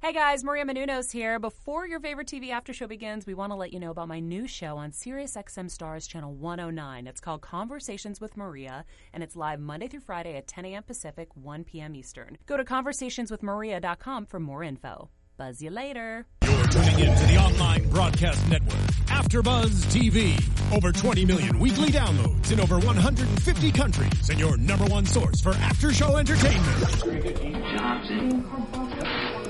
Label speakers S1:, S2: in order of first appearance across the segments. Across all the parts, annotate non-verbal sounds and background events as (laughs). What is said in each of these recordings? S1: Hey guys, Maria Menounos here. Before your favorite TV after show begins, we want to let you know about my new show on SiriusXM Stars Channel 109. It's called Conversations with Maria, and it's live Monday through Friday at 10 a.m. Pacific, 1 p.m. Eastern. Go to conversationswithmaria.com for more info. Buzz you later.
S2: You're tuning into the online broadcast network, AfterBuzz TV. Over 20 million weekly downloads in over 150 countries, and your number one source for after-show entertainment.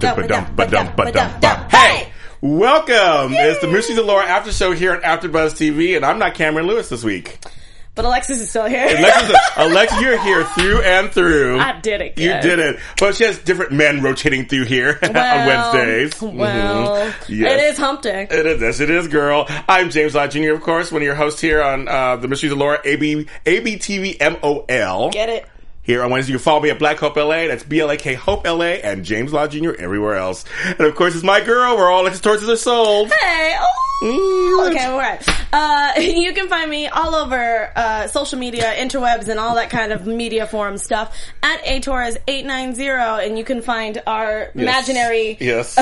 S3: Hey! Welcome! It's the Mysteries of Laura After Show here at AfterBuzz TV, and I'm not Cameron Lewis this week.
S4: But Alexis is still here.
S3: Alexis, Alexis, you're here through and through.
S4: (laughs) I did it.
S3: You
S4: kid.
S3: did it. But she has different men rotating through here (laughs)
S4: Well,
S3: on Wednesdays. Mhm.
S4: Well,
S3: Yes.
S4: it is hump day.
S3: It is, yes, it is, girl. I'm James Lott Jr., of course, one of your hosts here on uh, The Mysteries of Laura, AB, ABTV MOL.
S4: Get it?
S3: Here on Wednesday, you can follow me at Black Hope LA. That's B L A K Hope LA and James Law Jr. everywhere else. And of course, it's my girl where all Alexis Torches are sold.
S4: Hey. Oh.
S3: Mm.
S4: Okay, all right. Uh, (laughs) you can find me all over uh, social media, interwebs, and all that kind of media forum stuff at atorres890, and you can find our imaginary (laughs)
S3: Yes.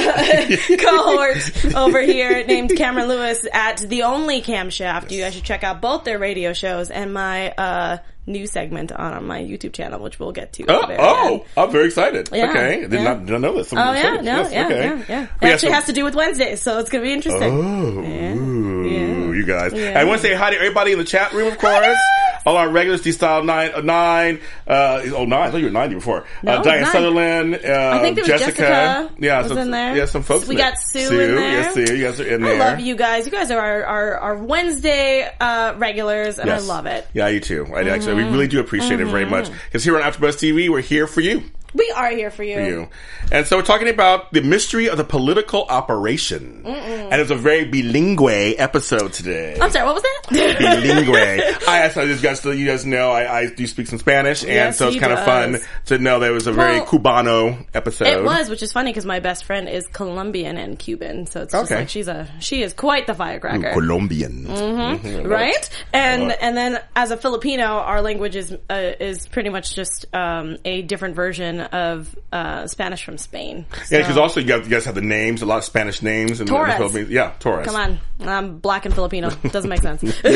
S3: (laughs)
S4: cohort over here named Cameron Lewis at the only camshaft. You guys should check out both their radio shows and my uh, new segment on my YouTube channel, which we'll get to. at the
S3: Oh,
S4: very end.
S3: oh, I'm very excited.
S4: Yeah,
S3: okay. Did,
S4: yeah.
S3: not, did not know this. I'm
S4: Oh yeah,
S3: excited.
S4: no,
S3: Yes,
S4: yeah,
S3: okay.
S4: yeah, yeah. It
S3: But yeah,
S4: actually
S3: so-
S4: has to do with Wednesdays, so it's gonna be interesting.
S3: Oh, ooh, you guys.
S4: Yeah.
S3: I want to say hi to everybody in the chat room, of course. All our regulars, D-Style 9, uh, 9, uh, oh, 9, I thought you were 90 before.
S4: No,
S3: uh, Diane
S4: nine.
S3: Sutherland, uh,
S4: I think there was
S3: Jessica.
S4: Jessica.
S3: Yeah,
S4: was
S3: some,
S4: in there.
S3: yeah, some folks.
S4: We
S3: in there.
S4: got Sue,
S3: Sue
S4: in there.
S3: Yes, Sue, you guys are in
S4: I
S3: there.
S4: love you guys. You guys are our, our, our Wednesday uh, regulars, and
S3: Yes.
S4: I love it. Mm-hmm.
S3: Yeah, you too. I actually, we really do appreciate it very much. Because here on AfterBuzz TV, we're here for you,
S4: We are here for you.
S3: for you. And so we're talking about the mystery of the political operation, and it's a very bilingue episode today.
S4: I'm sorry. What was that?
S3: bilingue. (laughs) I asked I just guys, so you guys know I, I do speak some Spanish, and
S4: Yes,
S3: so it's
S4: he
S3: kind of fun
S4: does.
S3: to know that it was a very
S4: Well,
S3: Cubano episode.
S4: (laughs) It was, which is funny because my best friend is Colombian and Cuban, so it's just
S3: Okay.
S4: like she's a she is quite the firecracker.
S3: Colombian,
S4: Mm-hmm. right? And
S3: Right.
S4: and then as a Filipino, our language is uh, is pretty much just um, a different version of uh, Spanish from Spain.
S3: Yeah,
S4: So-
S3: because also you guys, you guys have the names, a lot of Spanish names, and
S4: Torres.
S3: yeah, Torres.
S4: Come on, I'm black and Filipino. Doesn't make sense. (laughs) so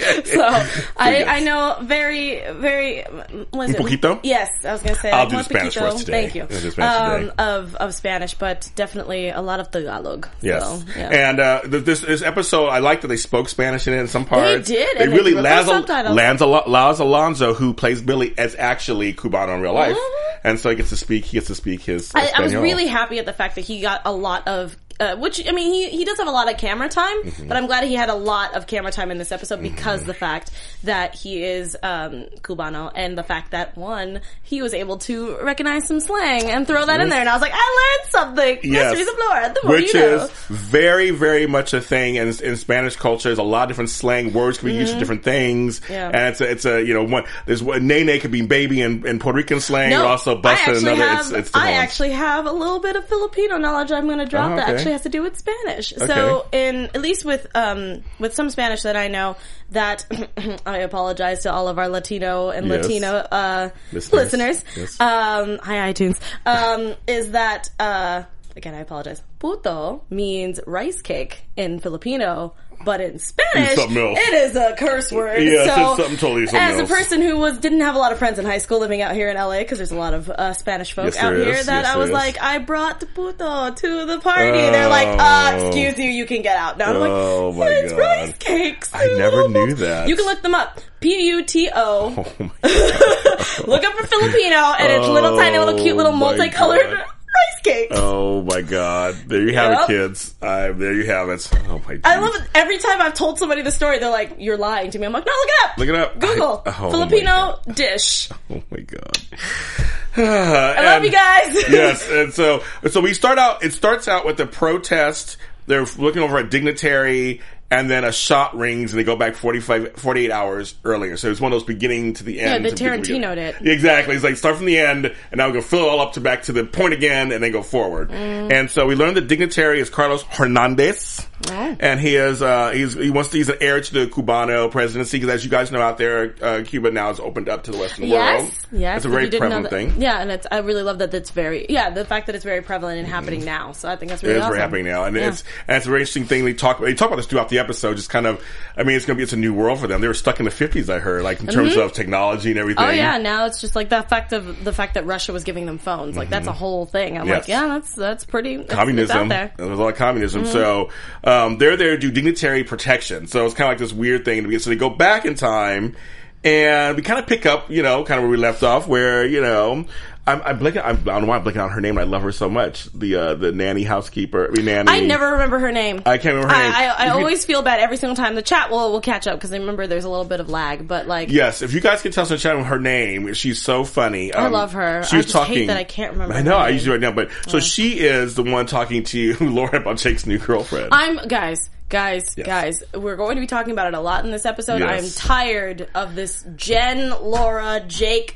S4: I, I know very, very. Was
S3: Un poquito?
S4: Yes, I was going to say.
S3: I'll
S4: like,
S3: do the
S4: un
S3: Spanish for
S4: poquito.
S3: us today.
S4: Thank you. Um,
S3: I'll do the Spanish today.
S4: Of of Spanish, but definitely a lot of Tagalog.
S3: Yes,
S4: So, yeah.
S3: and uh, th- this this episode, I like that they spoke Spanish in it in some parts.
S4: did,
S3: They
S4: and they
S3: really
S4: wrote
S3: Laz,
S4: those subtitles.
S3: Laz, Laz Alonso, who plays Billy, is actually Cubano in real life,
S4: Mhm.
S3: and so he gets to speak. He gets to speak his.
S4: I, I was
S3: Espanol.
S4: really happy at the fact that he got a lot of, uh, which I mean, he he does have a lot of camera time,
S3: Mm-hmm.
S4: but I'm glad he had a lot of camera time in this episode because the fact that he is um, Cubano and the fact that one he was able to recognize some slang and throw that in there, and I was like, I learned something.
S3: Yes.
S4: Mysteries of Laura, (laughs) the more
S3: Which
S4: you know.
S3: is very, very much a thing in, in Spanish culture. There's a lot of different slang words can be used for different things,
S4: Mm-hmm. Yeah.
S3: and it's a, it's a you know one. There's one- nene could be baby in, in Puerto Rican slang, and also bust
S4: I
S3: in
S4: actually
S3: another.
S4: Have,
S3: it's, it's
S4: I
S3: different ones.
S4: actually have a little bit of Filipino knowledge. I'm going to drop
S3: Oh,
S4: that
S3: okay.
S4: actually has to do with Spanish. So,
S3: Okay.
S4: in at least with um with some Spanish that I know, that (clears throat) I apologize to all of our Latino and
S3: Yes.
S4: Latino uh,
S3: Listeners.
S4: listeners.
S3: Yes.
S4: Um, hi iTunes. Um, is that uh, again? I apologize. Puto means rice cake in Filipino. But in Spanish,
S3: something else.
S4: it is a curse word.
S3: Yes,
S4: so,
S3: it's something totally something
S4: as
S3: else.
S4: a person who was didn't have a lot of friends in high school living out here in LA because there's a lot of uh, Spanish folk
S3: Yes,
S4: out
S3: there
S4: here
S3: is.
S4: that
S3: Yes,
S4: I was
S3: there is.
S4: like, I brought the puto to the party.
S3: Oh.
S4: They're like, uh, excuse you, you can get out. Now I'm like,
S3: Oh, my
S4: it's
S3: God.
S4: rice cakes.
S3: I never knew that.
S4: You can look them up. P U T
S3: Oh
S4: O. (laughs)
S3: my God.
S4: Look up for Filipino, and it's little tiny, little cute, little
S3: Oh, my
S4: multicolored
S3: God.
S4: rice cupcakes.
S3: Oh my God! There you have
S4: Yep.
S3: it, kids. I, there you have it. Oh my.
S4: I
S3: geez.
S4: love it. Every time I've told somebody the story, they're like, "You're lying to me." I'm like, "No, look it up.
S3: Look it up.
S4: Google
S3: I- oh my
S4: Filipino dish."
S3: Oh my god! (sighs) I
S4: Love you guys.
S3: (laughs) yes, and so so we start out. It starts out with the protest. They're looking over a dignitary, and then a shot rings, and they go back 45, 48 hours earlier. So it's one of those beginning to the end.
S4: the
S3: to beginning-
S4: Tarantino'd it.
S3: Exactly. It's like start from the end, and now we go fill it all up to back to the point again, and then go forward.
S4: Mm.
S3: And so we learned the dignitary is Carlos Hernandez, and he is uh, he's he wants to, he's an heir to the Cubano presidency because as you guys know out there, uh, Cuba now is opened up to the Western world.
S4: Yes, yes.
S3: it's a
S4: if
S3: very
S4: you didn't know
S3: prevalent
S4: that-
S3: thing.
S4: Yeah, and it's I really love that. That's very yeah. The fact that it's very prevalent and happening now. So I think that's really
S3: Mm-hmm. It is
S4: awesome.
S3: very happening now, and
S4: Yeah.
S3: it's and it's a very interesting thing. They talk they talk about this throughout the episode. Just kind of, I mean, it's going to be it's a new world for them. They were stuck in the fifties, I heard, like in terms of technology and everything.
S4: Mm-hmm. Oh yeah, now it's just like the fact of the fact that Russia was giving them phones. Like that's a whole thing.
S3: Mm-hmm.
S4: I'm
S3: Yes.
S4: like, yeah, that's that's pretty it's- It's
S3: communism.
S4: out there. Mm-hmm.
S3: There was a lot of communism. So um, they're there to do dignitary protection. So it's kind of like this weird thing to be. So they go back in time, and we kind of pick up, you know, kind of where we left off, where you know. I'm, I'm blinking. I'm, I don't know why I'm blinking on her name. and I love her so much. The uh, the nanny housekeeper. I mean, nanny.
S4: I never remember her name.
S3: I can't remember her name.
S4: I, I, I
S3: You could-
S4: always feel bad every single time the chat will will catch up because I remember there's a little bit of lag, but like
S3: Yes, if you guys can tell us in the chat her name, she's so funny. Um,
S4: love her.
S3: She
S4: I
S3: was
S4: just
S3: talking
S4: hate that I can't remember
S3: I know.
S4: her
S3: I
S4: name.
S3: usually right now, but so she is the one talking to (laughs) you, Laura, about Jake's new girlfriend.
S4: I'm guys, guys,
S3: Yes.
S4: guys. We're going to be talking about it a lot in this episode.
S3: Yes.
S4: I'm tired of this Jen, Laura, Jake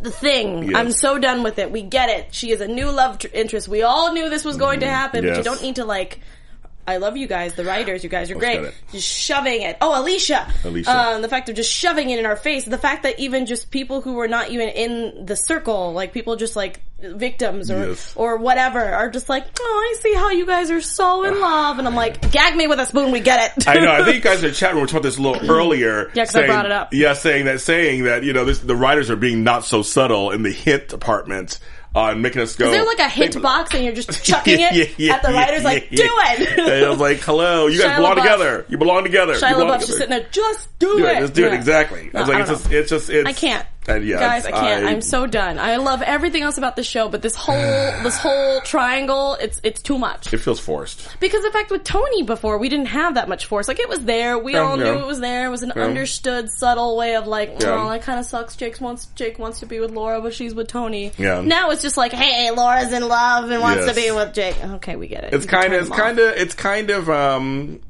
S4: the thing.
S3: Yes.
S4: I'm so done with it. We get it. She is a new love tr- interest. We all knew this was going to happen, but you
S3: Mm, Yes.
S4: don't need to like. I love you guys, the writers. You guys are
S3: got it.
S4: great. Just shoving it. Oh, Alicia.
S3: Alicia.
S4: Um, the fact of just shoving it in our face. The fact that even just people who were not even in the circle, like people just like victims or
S3: Yes.
S4: or whatever, are just like, oh, I see how you guys are so in love, and I'm like, gag me with a spoon. We get it.
S3: I know. I
S4: (laughs)
S3: think you guys in the chat room were talking about this a
S4: (clears throat)
S3: little earlier.
S4: Yeah, 'cause I
S3: saying-
S4: brought it up.
S3: Yeah, saying that, saying that, you know, this, the writers are being not so subtle in the hint department on making us go.
S4: Is there like a hint
S3: They-
S4: box and you're just
S3: (laughs)
S4: chucking
S3: Yeah,
S4: it
S3: yeah, yeah,
S4: at the
S3: yeah,
S4: writers? like,
S3: yeah,
S4: do
S3: yeah.
S4: it.
S3: and I was
S4: (laughs)
S3: like, hello, you guys
S4: Shia
S3: belong
S4: LaBeouf.
S3: together. You belong together. You
S4: Shia
S3: belong together.
S4: LaBeouf's just sitting there, just do,
S3: do
S4: it.
S3: it. Just do it
S4: Yeah.
S3: exactly. I was
S4: No,
S3: like,
S4: I
S3: it's
S4: don't
S3: just,
S4: know.
S3: it's just, it's.
S4: I can't.
S3: And yeah,
S4: Guys, I can't.
S3: I-
S4: I, am so done. I love everything else about the show, but this whole this whole triangle, it's it's too much.
S3: It feels forced.
S4: Because the fact with Tony before, we didn't have that much force. Like it was there. We
S3: Yeah,
S4: all
S3: yeah.
S4: knew it was there. It was an understood, subtle way of like,
S3: Yeah.
S4: oh, that kind of sucks. Jake wants Jake wants to be with Laura, but she's with Tony.
S3: Yeah.
S4: Now it's just like, hey, Laura's in love and wants
S3: Yes.
S4: to be with Jake. Okay, we get it.
S3: It's
S4: You can
S3: kind of,
S4: turn
S3: it's
S4: them off.
S3: kind of, it's kind of, um,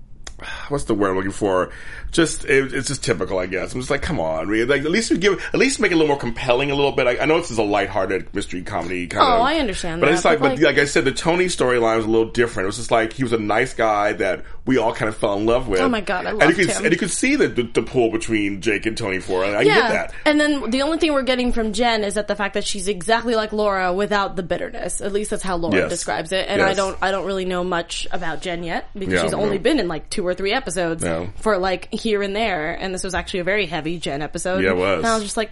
S3: what's the word I'm looking for? Just, it, it's just typical, I guess. I'm just like, come on, really. Like, at least you give, at least make it a little more compelling a little bit. I, I know this is a lighthearted mystery comedy kind
S4: Oh,
S3: of.
S4: I understand
S3: But
S4: that,
S3: it's like,
S4: but
S3: but
S4: like-
S3: like I said, the Tony storyline was a little different. It was just like, he was a nice guy that we all kind of fell in love with.
S4: Oh my God, I
S3: And you
S4: loved
S3: could,
S4: him.
S3: and you could see the, the, the pull between Jake and Tony for it. I
S4: Yeah.
S3: get that.
S4: And then the only thing we're getting from Jen is that the fact that she's exactly like Laura without the bitterness. At least that's how Laura
S3: Yes.
S4: describes it. And I
S3: Yes.
S4: don't I don't really know much about Jen yet because
S3: Yeah,
S4: she's
S3: no.
S4: only been in like two or three episodes
S3: No.
S4: for like here and there. And this was actually a very heavy Jen episode.
S3: Yeah, it was.
S4: And I was just like,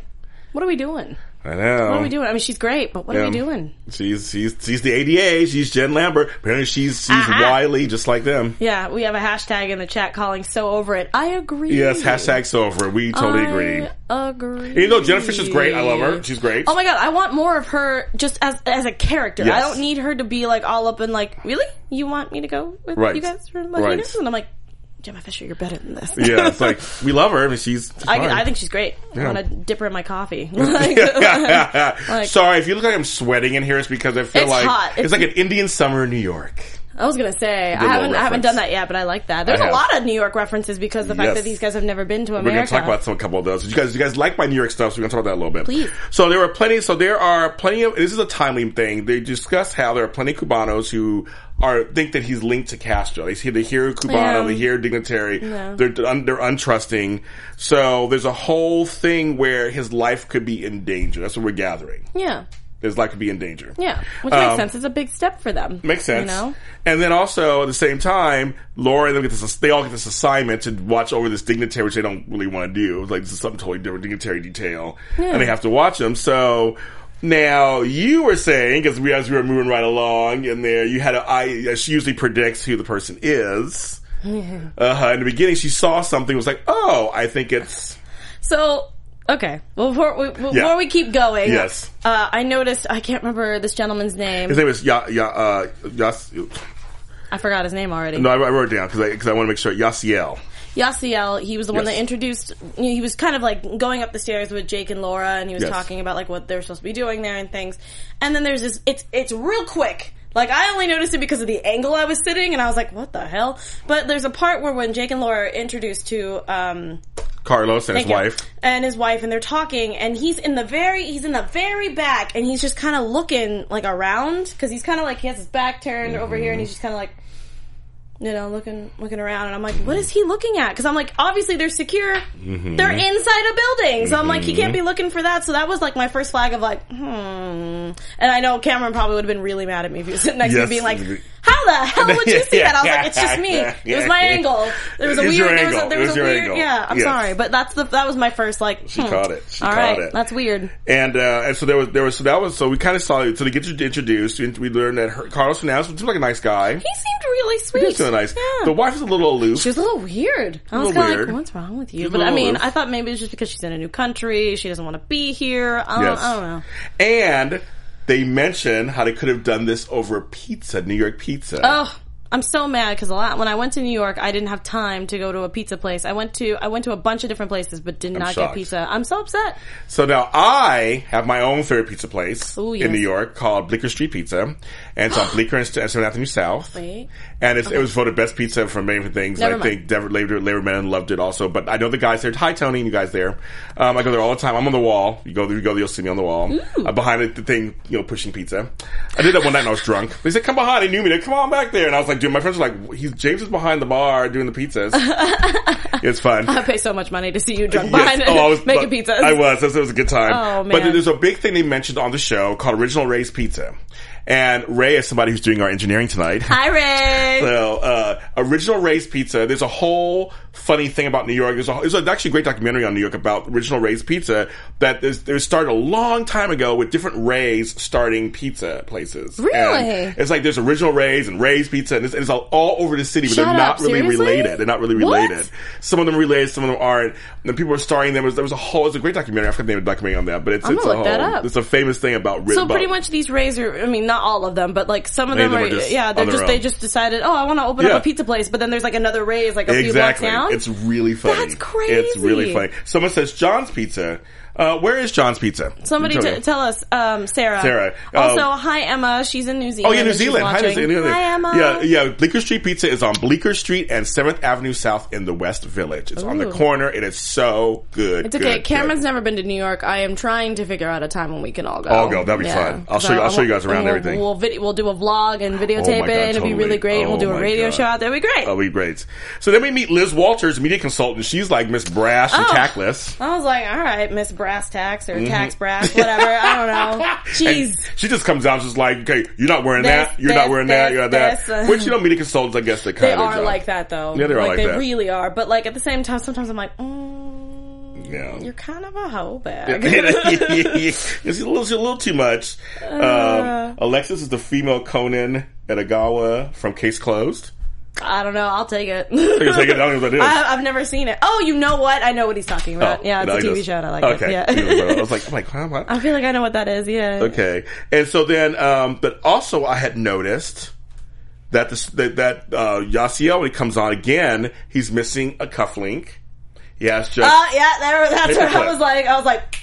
S4: what are we doing?
S3: I know.
S4: What are we doing? I mean, she's great, but what are we
S3: Yeah.
S4: doing?
S3: She's she's she's the ADA. She's Jen Lambert. Apparently, she's she's
S4: Uh-huh.
S3: wily, just like them.
S4: Yeah, we have a hashtag in the chat calling so over it. I agree.
S3: Yes. Hashtag so over. We
S4: Uh,
S3: totally agree.
S4: I agree.
S3: You know, Jenna Fisher's great. I love her. She's great.
S4: Oh my god, I want more of her just as as a character.
S3: Yes.
S4: I don't need her to be like all up and like, really? You want me to go with
S3: Right.
S4: you guys for
S3: Right.
S4: right. And I'm like, Gemma Fisher, you're better than this.
S3: Yeah, it's like we love her. I mean, she's. she's fine.
S4: I,
S3: (laughs)
S4: I think she's great.
S3: Yeah.
S4: I want to dip her in
S3: (laughs)
S4: my coffee. Like, (laughs) like-
S3: Sorry, if you look like I'm sweating in here, it's because I feel
S4: It's
S3: like
S4: hot.
S3: it's like an Indian summer in New York.
S4: (laughs) I was gonna say I
S3: little
S4: haven't I haven't
S3: reference.
S4: done that yet, but I like that. There's
S3: I
S4: a
S3: have.
S4: lot of New York references because the fact
S3: Yes.
S4: that these guys have never been to
S3: We're going to
S4: America.
S3: talk about some a couple of those. You guys, you guys like my New York stuff, so we're going to talk about that a little bit.
S4: Please.
S3: So there are plenty. So there are plenty of. This is a timely thing. They discuss how there are plenty of Cubanos who are think that he's linked to Castro. They see they hear Cubano,
S4: Yeah.
S3: they hear dignitary.
S4: Yeah.
S3: They're un, they're untrusting. So there's a whole thing where his life could be in danger. That's what we're gathering.
S4: yeah,
S3: His life could be in danger.
S4: yeah, which
S3: Um,
S4: makes sense. It's a big step for them.
S3: Makes sense.
S4: You know,
S3: And then also at the same time, Laura and them get this. They all get this assignment to watch over this dignitary, which they don't really want to do. It's like this is something totally different, dignitary detail, and they have to watch them. So now you were saying because we as we were moving right along, and there you had a I. She usually predicts who the person is. Uh-huh, Uh, in the beginning, she saw something. Was like, oh, I think it's
S4: So Okay. Well, before we, before
S3: Yeah.
S4: we keep going,
S3: Yes.
S4: uh, I noticed I can't remember this gentleman's name.
S3: His name is Ya Ya uh, Yas.
S4: I forgot his name already.
S3: No, I, I wrote it down because I because I want to make sure Yasiel.
S4: Yasiel, he was the one
S3: Yes.
S4: that introduced. you know, He was kind of like going up the stairs with Jake and Laura, and he was
S3: Yes.
S4: talking about like what they're supposed to be doing there and things. And then there's this. It's it's real quick. Like I only noticed it because of the angle I was sitting, and I was like, "What the hell?" But there's a part where when Jake and Laura are introduced to um,
S3: Carlos and his
S4: Thank you.
S3: wife.
S4: and his wife, and they're talking, and he's in the very he's in the very back, and he's just kind of looking like around because he's kind of like he has his back turned over here, and
S3: Mm-hmm.
S4: he's just kind of like. You know, looking looking around, and I'm like, "What is he looking at?" Because I'm like, obviously they're secure,
S3: Mm-hmm.
S4: they're inside a building, so I'm like, he can't be looking for that. So that was like my first flag of like, hmm. And I know Cameron probably would have been really mad at me if he was sitting next to
S3: Yes.
S4: me,
S3: (laughs)
S4: being like, "How the hell would you see that?" I was like, "It's just me. It was my angle. There was a
S3: It was your
S4: weird. There was a,
S3: angle.
S4: there
S3: It
S4: was
S3: was
S4: a
S3: your
S4: weird.
S3: angle.
S4: Yeah, I'm
S3: Yes.
S4: sorry, but that's the that was my first like.
S3: She
S4: hmm.
S3: caught it. She
S4: All
S3: caught
S4: right,
S3: it.
S4: that's weird.
S3: And uh, and so there was there was so that was so we kind of saw so they get introduced. We, we learned that her, Carlos Fernandez seemed like a nice guy.
S4: He seemed really sweet.
S3: He's really nice.
S4: Yeah.
S3: The wife is a little aloof.
S4: she was a little weird. I was
S3: little
S4: kind of
S3: weird.
S4: like, "What's wrong with you?"
S3: She's a
S4: But I
S3: little
S4: mean,
S3: aloof.
S4: I thought maybe it's just because she's in a new country. She doesn't want to be here. I don't,
S3: Yes.
S4: I don't know.
S3: And they mention how they could have done this over pizza, New York pizza.
S4: Oh, I'm so mad because a lot when I went to New York, I didn't have time to go to a pizza place. I went to I went to a bunch of different places, but did not
S3: shocked.
S4: get pizza. I'm so upset.
S3: So now I have my own favorite pizza place
S4: Ooh, yes.
S3: in New York called Bleecker Street Pizza. And
S4: (gasps)
S3: it's on Bleecker and 7th Avenue South.
S4: Wait.
S3: And it's, it was voted best pizza for many different things.
S4: Never
S3: I
S4: mind.
S3: think Dev- Labor, Labor Men loved it also. But I know the guys there. Hi, Tony, you guys there. Um, I go there all the time. I'm on the wall. You go there, you go there, you'll see me on the wall. Uh, behind the- the thing, you know, pushing pizza. I did that one night when I was drunk. They said, come behind. They knew me. They come on back there. And I was like, dude, my friends were like, he's, James is behind the bar doing the pizzas.
S4: (laughs)
S3: it's fun.
S4: I pay so much money to see you drunk
S3: (laughs) Yes.
S4: behind
S3: Oh, I was-
S4: (laughs) making pizzas.
S3: I was. It was, it was a good time.
S4: Oh,
S3: But
S4: man.
S3: there's a big thing they mentioned on the show called Original Ray's Pizza. And Ray is somebody who's doing our engineering tonight. (laughs)
S4: Hi, Ray.
S3: So, uh, Original Ray's Pizza. There's a whole funny thing about New York. There's, a, there's actually a great documentary on New York about Original Ray's Pizza that there's, there started a long time ago with different Rays starting pizza places.
S4: Really?
S3: And it's like there's Original Rays and Ray's Pizza, and it's, it's all, all over the city, but
S4: Shut
S3: they're not
S4: up,
S3: really
S4: seriously?
S3: related. They're not really
S4: What?
S3: related. Some of them related, some of them aren't. And people are starring them. There was, there was a whole, it's a great documentary. I forgot the name of the documentary on that, but it's,
S4: I'm
S3: it's
S4: gonna
S3: a
S4: look that
S3: whole,
S4: up.
S3: it's a famous thing about
S4: So
S3: about-
S4: pretty much these Rays are, I mean, not all of them, but like some of
S3: Many
S4: them are,
S3: of them are just
S4: yeah, they're
S3: on their
S4: just, they
S3: own.
S4: just decided, oh, I want to open
S3: Yeah.
S4: up a pizza place, but then there's like another Rays like a
S3: Exactly.
S4: few blocks down.
S3: It's really funny.
S4: That's crazy.
S3: It's really funny. Someone says John's Pizza. Uh, where is John's Pizza?
S4: Somebody
S3: You
S4: t-
S3: me.
S4: tell us, um, Sarah.
S3: Sarah,
S4: Also,
S3: um,
S4: hi Emma. She's in New Zealand.
S3: Oh yeah, New
S4: and she's
S3: Zealand. Hi, New
S4: watching.
S3: Zealand.
S4: Hi Emma.
S3: Yeah, yeah. Bleecker Street Pizza is on Bleecker Street and Seventh Avenue South in the West Village. It's on the
S4: Ooh.
S3: corner. It is so good.
S4: It's okay.
S3: good,
S4: Cameron's
S3: good.
S4: never been to New York. I am trying to figure out a time when we can all go.
S3: All go. That'll be fun. I'll show you- I'll show you guys around
S4: and we'll,
S3: everything.
S4: We'll, vid- we'll do a vlog and videotape
S3: Oh my God,
S4: it. It'll be
S3: totally.
S4: really great. and we'll
S3: Oh
S4: do a
S3: my
S4: radio
S3: God.
S4: show out there. It'll be great.
S3: Oh, we great. So then we meet Liz Walters, media consultant. She's like Miss Brash and
S4: Oh.
S3: tactless.
S4: I was like, all right, Miss Brass Tax or Tax Brass, whatever. I don't
S3: (laughs)
S4: know.
S3: Mm-hmm. And
S4: Jeez.
S3: she just comes out, she's like, "Okay, you're not wearing
S4: This,
S3: that. You're
S4: this,
S3: not wearing that.
S4: this,
S3: You're not that."
S4: this.
S3: Which you know, media consultants, I guess, they kind
S4: They
S3: of
S4: are like that though.
S3: Yeah, they are like
S4: they
S3: that.
S4: really are. But like at the same time, sometimes I'm like, mm,
S3: Yeah.
S4: you're kind of a hoe bag.
S3: (laughs) it's a little, it's a little too much.
S4: Uh.
S3: um, Alexis is the female Conan Edogawa from Case Closed.
S4: (laughs) I don't know. I'll take it.
S3: You're taking it, I don't
S4: (laughs)
S3: know what that is.
S4: I, I've never seen it. Oh, you know what? I know what he's talking about.
S3: Oh,
S4: Uh, yeah, it's
S3: no,
S4: a
S3: I
S4: TV
S3: just-
S4: show. And I like
S3: okay. (laughs)
S4: it. Yeah.
S3: I was like, I'm like, huh, what?
S4: (laughs) I feel like I know what that is. Yeah.
S3: Okay. And so then, um, but also I had noticed that this, that, that uh, Yasiel, when he comes on again, he's missing a cufflink. He has just
S4: Uh, yeah, there, that's what I
S3: Paperclip.
S4: was like. I was like,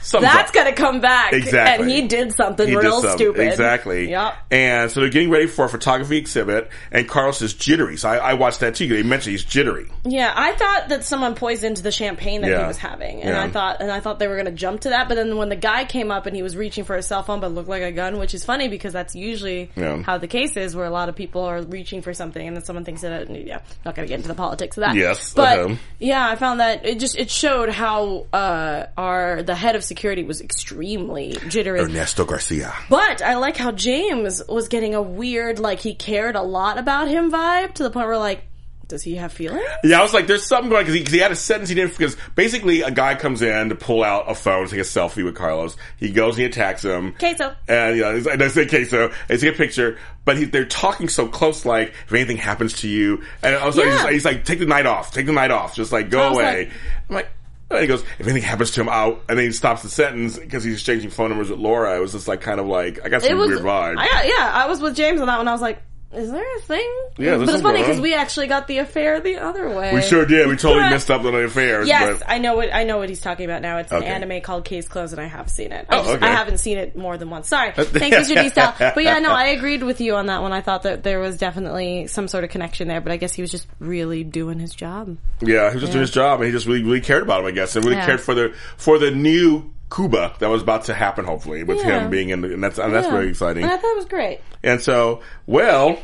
S3: something.
S4: that's gonna come back.
S3: Exactly.
S4: And he did something
S3: He did
S4: real
S3: some-
S4: stupid.
S3: Exactly.
S4: Yep.
S3: And so they're getting ready for a photography exhibit, and Carlos is jittery. So I, I watched that too. They mentioned he's jittery.
S4: Yeah, I thought that someone poisoned the champagne that
S3: Yeah.
S4: he was having, and
S3: Yeah.
S4: I thought, and I thought they were going to jump to that. But then when the guy came up and he was reaching for his cell phone, but looked like a gun, which is funny because that's usually
S3: Yeah.
S4: how the case is, where a lot of people are reaching for something, and then someone thinks that. Yeah, not going to get into the politics of that.
S3: Yes, uh-huh.
S4: but
S3: okay.
S4: yeah, I found that it just it showed how uh, our the head of security was extremely jittery.
S3: Ernesto Garcia.
S4: But I like how James was getting a weird, like he cared a lot about him vibe to the point where like, does he have feelings?
S3: Yeah, I was like, there's something going because he, 'cause he had a sentence he didn't because basically a guy comes in to pull out a phone, take a selfie with Carlos. He goes and he attacks him.
S4: Queso.
S3: And you know, it's- and I say queso. It's a good picture, but he, they're talking so close, like if anything happens to you, and I was like,
S4: Yeah.
S3: he's, like- he's like, take the night off, take the night off, just like go
S4: was
S3: away.
S4: like-
S3: I'm like, And he goes, if anything happens to him, out. And then he stops the sentence because he's exchanging phone numbers with Laura. It was just like kind of like, I got some
S4: it was
S3: weird vibe.
S4: I, yeah, I was with James on that one. I was like, is there a thing?
S3: Yeah,
S4: but
S3: there's
S4: it's funny
S3: something,
S4: because
S3: huh?
S4: we actually got the affair the other way.
S3: we sure did. We totally messed up on the affairs.
S4: Yes,
S3: but
S4: I know what I know what he's talking about now. It's
S3: Okay.
S4: an anime called Case Closed, and I have seen it. I,
S3: Oh,
S4: just-
S3: okay.
S4: I haven't seen it more than
S3: (laughs)
S4: once. Sorry, thank you, Judy Style. But yeah, no, I agreed with you on that one. I thought that there was definitely some sort of connection there, but I guess he was just really doing his job.
S3: yeah, he was just doing his job and he just really, really cared about him, I guess, and really
S4: Yeah.
S3: cared for the, for the new Cuba that was about to happen, hopefully, with
S4: Yeah.
S3: him being in the, and that's, and that's
S4: Yeah.
S3: really exciting.
S4: And I thought it was great.
S3: And so, well,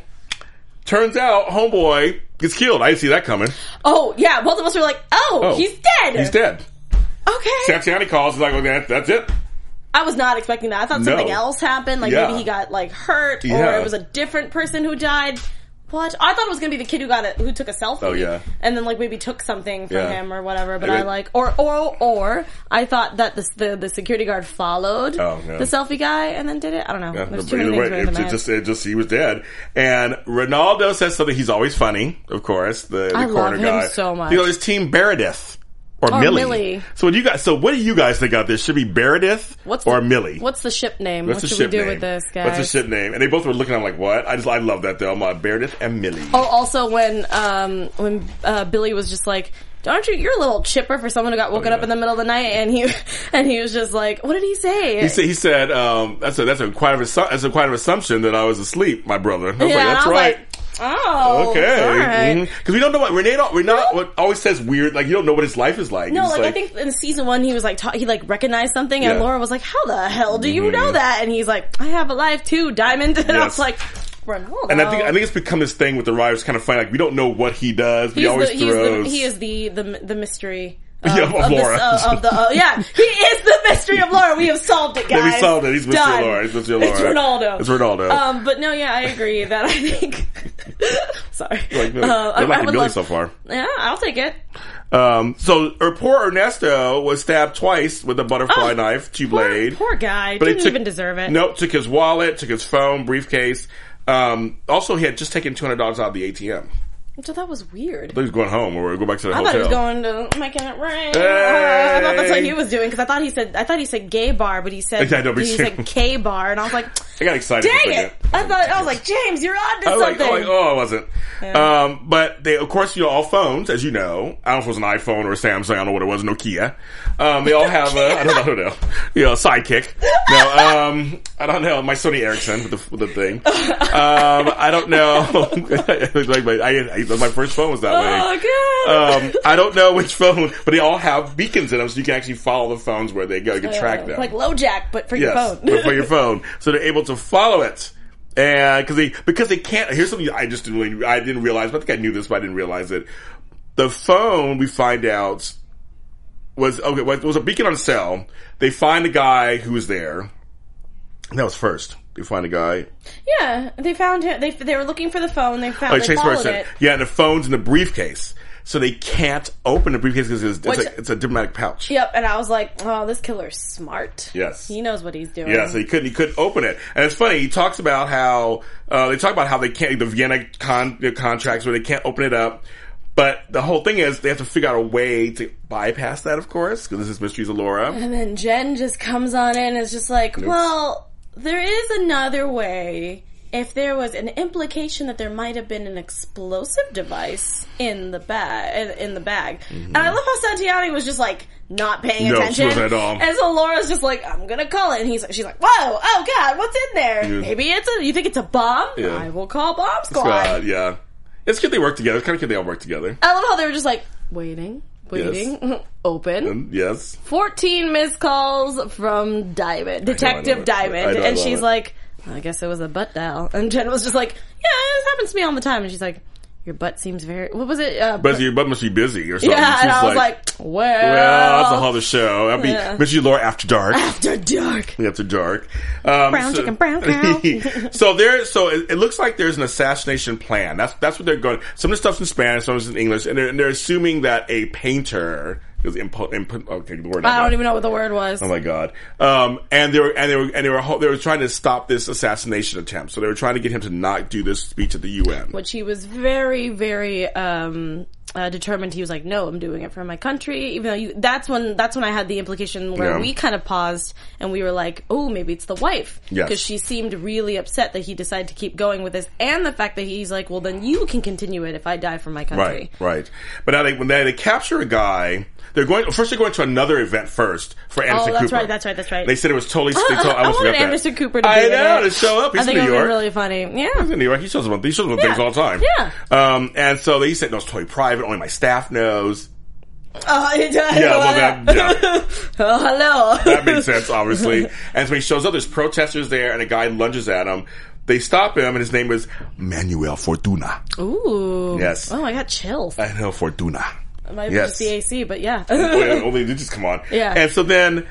S3: turns out homeboy gets killed. I didn't see that coming.
S4: Oh yeah, both of us were like, oh, he's dead.
S3: He's dead.
S4: Okay,
S3: Santiani calls. He's like, well, that, that's it.
S4: I was not expecting that. I thought
S3: No.
S4: something else happened. Like
S3: Yeah.
S4: maybe he got like hurt,
S3: Yeah.
S4: or it was a different person who died. What? I thought it was gonna be the kid who got it, who took a selfie.
S3: Oh, yeah.
S4: And then like maybe took something from
S3: Yeah.
S4: him or whatever. But
S3: And
S4: I
S3: it-
S4: like or or or I thought that the the, the security guard followed
S3: Oh, no.
S4: the selfie guy and then did it. I don't know.
S3: Yeah,
S4: There's
S3: but
S4: too many things running
S3: it,
S4: through my
S3: it
S4: head.
S3: just, it just, he was dead. And Ronaldo says something. He's always funny, of course. The, the
S4: I love
S3: corner
S4: him
S3: guy.
S4: so much.
S3: He goes, his team Meredith or
S4: Or
S3: Millie.
S4: Millie.
S3: So what do you guys? So what do you guys think out there? Should it be Meredith
S4: What's
S3: or
S4: the,
S3: Millie?
S4: What's the ship name?
S3: What's
S4: what
S3: the
S4: should we
S3: ship
S4: do
S3: name?
S4: with this, guys?
S3: What's the ship name? And they both were looking. I'm like, what? I just, I love that though. I'm like, Meredith and Millie.
S4: Oh, also when um when uh, Billy was just like, "Aren't you? You're a little chipper for someone who got woken
S3: Oh, yeah.
S4: up in the middle of the night." And he (laughs) and he was just like, "What did he say?"
S3: He said, he said um, that's a that's a quite of assu- that's a quite of assumption that I was asleep, my brother. I was
S4: yeah,
S3: like,
S4: and
S3: that's
S4: I was
S3: right.
S4: Like, oh,
S3: okay, Mm-hmm.
S4: all right."
S3: because we don't know what Renee. Don't, Renee
S4: No.
S3: what always says weird. Like you don't know what his life is like.
S4: No,
S3: He's
S4: like, I think in season one he was like ta- he like recognized something, and
S3: Yeah. Mm-hmm.
S4: Laura was like, "How the hell do you know that?" And he's like, "I have a life too, Diamond." (laughs) And I
S3: Yes.
S4: was like, Ronaldo.
S3: And I think I think it's become this thing with the writers, kind of funny. Like we don't know what he does. But he
S4: he's
S3: always
S4: the, he's
S3: throws.
S4: the, he is the the the mystery.
S3: (laughs) Yeah, of
S4: the-
S3: Laura.
S4: uh, of the, uh, yeah, he is the mystery of Laura. We have solved it,
S3: (laughs)
S4: guys.
S3: Yeah, we solved it. He's Mr.
S4: Done.
S3: Laura. He's Mr. Laura.
S4: It's Ronaldo.
S3: It's Ronaldo.
S4: Um, but no, yeah, I agree that I think. (laughs) sorry,
S3: Like, no,
S4: (laughs) Uh,
S3: they're liking
S4: would
S3: Billy
S4: love-
S3: so far.
S4: Yeah, I'll take it.
S3: Um, so er, poor Ernesto was stabbed twice with a butterfly
S4: Oh,
S3: knife, two
S4: poor-
S3: blade.
S4: poor guy.
S3: he
S4: Didn't even deserve it.
S3: Nope, took his wallet, took his phone, briefcase. Um, also, he had just taken two hundred dollars out of the ATM.
S4: So that was weird.
S3: I thought he was going home or go back to the
S4: I
S3: hotel.
S4: thought he was going to making it rain.
S3: Hey.
S4: I thought that's what he was doing because I thought he said I thought he said gay bar, but he said
S3: Yeah, I know, me
S4: he
S3: too.
S4: said K bar, and I
S3: (laughs)
S4: was like,
S3: I got excited.
S4: dang
S3: for a
S4: it!
S3: second.
S4: I thought I was like, James, you're on to
S3: I was like,
S4: something.
S3: oh, like, oh, I wasn't. Um, but they, of course, you know, all phones, as you know, I don't know if it was an iPhone or a Samsung, I don't know what it was, Nokia. Um, they all have a, I don't know, who know, you know, sidekick. No, um, I don't know, my Sony Ericsson with the, with the thing.
S4: (laughs)
S3: Um, I don't know. (laughs) like, my, I, I, my first phone was that way.
S4: Oh, God.
S3: Um, I don't know which phone, but they all have beacons in them, so you can actually follow the phones where they go. You can track them
S4: Oh, (laughs) Like low jack, but for your phone.
S3: Um, but
S4: (laughs)
S3: for your phone, so they're able to follow it. And because they because they can't. Here's something I just didn't really, I didn't realize. But I think I knew this, but I didn't realize it. The phone we find out was okay. Was, was a beacon on a cell. They find a guy who was there. That was first. They find a guy.
S4: yeah, they found him. They they were looking for the phone. They found.
S3: Oh,
S4: they
S3: Chase
S4: followed
S3: person.
S4: it.
S3: Yeah, and the phone's in the briefcase, so they can't open the briefcase because it's, it's,
S4: Which-
S3: a- it's a diplomatic pouch.
S4: Yep, and I was like, "Oh, this killer's smart.
S3: Yes.
S4: he knows what he's doing."
S3: Yeah, so he couldn't he couldn't open it. And it's funny. He talks about how uh, they talk about how they can't the Vienna con, the contracts where they can't open it up. But the whole thing is they have to figure out a way to bypass that, of course, because this is Mysteries of
S4: (laughs)
S3: Laura.
S4: and then Jen just comes on in and is just like, "Well, there is another way." If there was an implication that there might have been an explosive device in the bag, in the bag, and I love how Santiani was just like not paying
S3: Mm-hmm. No, she
S4: attention
S3: wasn't at all.
S4: And so Laura's just like, "I'm gonna call it," and he's she's like, "Whoa, oh god, what's in there?
S3: Yeah.
S4: Maybe it's a you think it's a bomb?
S3: Yeah.
S4: I will call bomb squad."
S3: God, yeah. It's good they work together. It's kind of good they all work together.
S4: I love how they were just like waiting, waiting, (laughs) open.
S3: And yes,
S4: Fourteen missed calls from Diamond,
S3: it.
S4: Detective
S3: I
S4: Diamond,
S3: know, I
S4: and
S3: love
S4: she's
S3: it.
S4: like, "I guess it was a butt dial." And Jen was just like, "Yeah, this happens to me all the time." And she's like, "Your butt seems very what was it?" Uh,
S3: but your butt must be busy or something.
S4: yeah,
S3: She
S4: and I was like, "Well,
S3: well, that's a whole other show. That'd be
S4: Yeah.
S3: Mysteries of Laura after dark. (laughs)
S4: after dark."
S3: Yeah, After dark. Um,
S4: Brown chicken, brown cow.
S3: (laughs) so there, so it, it looks like there's an assassination plan. That's that's what they're going. Some of the stuff's in Spanish, some of it's in English, and they're, and they're assuming that a painter because impo, impo, okay, the word
S4: I don't even know what the word was.
S3: Oh my god! Um, and they were and they were and they were ho- they were trying to stop this assassination attempt. So they were trying to get him to not do this speech at the UN.
S4: which he was very, very um, uh, determined he was like, no, I'm doing it for my country. Even though you, that's when that's when I had the implication where
S3: Yeah.
S4: we kind of paused and we were like, oh, maybe it's the wife
S3: Yes.
S4: because she seemed really upset that he decided to keep going with this, and the fact that he's like, well, then you can continue it if I die for my country.
S3: Right, right. But now they when they, they capture a guy, they're going first. They're going to another event first for Anderson
S4: Oh, that's
S3: Cooper.
S4: right, that's right, that's right.
S3: They said it was totally. They
S4: (laughs)
S3: told, I,
S4: (gasps) I
S3: almost
S4: wanted
S3: forgot that.
S4: Anderson Cooper to
S3: I
S4: be
S3: know
S4: in
S3: to
S4: it.
S3: show up.
S4: I
S3: He's
S4: think
S3: from
S4: it
S3: New
S4: would've
S3: York.
S4: been really funny.
S3: He's (laughs)
S4: Yeah.
S3: in New York. He shows up. on- He shows up on
S4: Yeah.
S3: things all the time.
S4: Yeah.
S3: Um, and so they said no, it's totally private. Only my staff knows.
S4: Uh, (laughs) it-
S3: Oh, Yeah. Well, that, yeah,
S4: (laughs) oh, hello.
S3: that
S4: (laughs)
S3: makes sense, obviously. And so he shows up. There's protesters there, and a guy lunges at him. They stop him, and his name is Manuel Fortuna.
S4: Ooh.
S3: Yes.
S4: Oh, I got chills.
S3: I know Fortuna.
S4: It might be
S3: yes.
S4: just the AC, but yeah. (laughs)
S3: Well, only they just come on.
S4: Yeah.
S3: And so then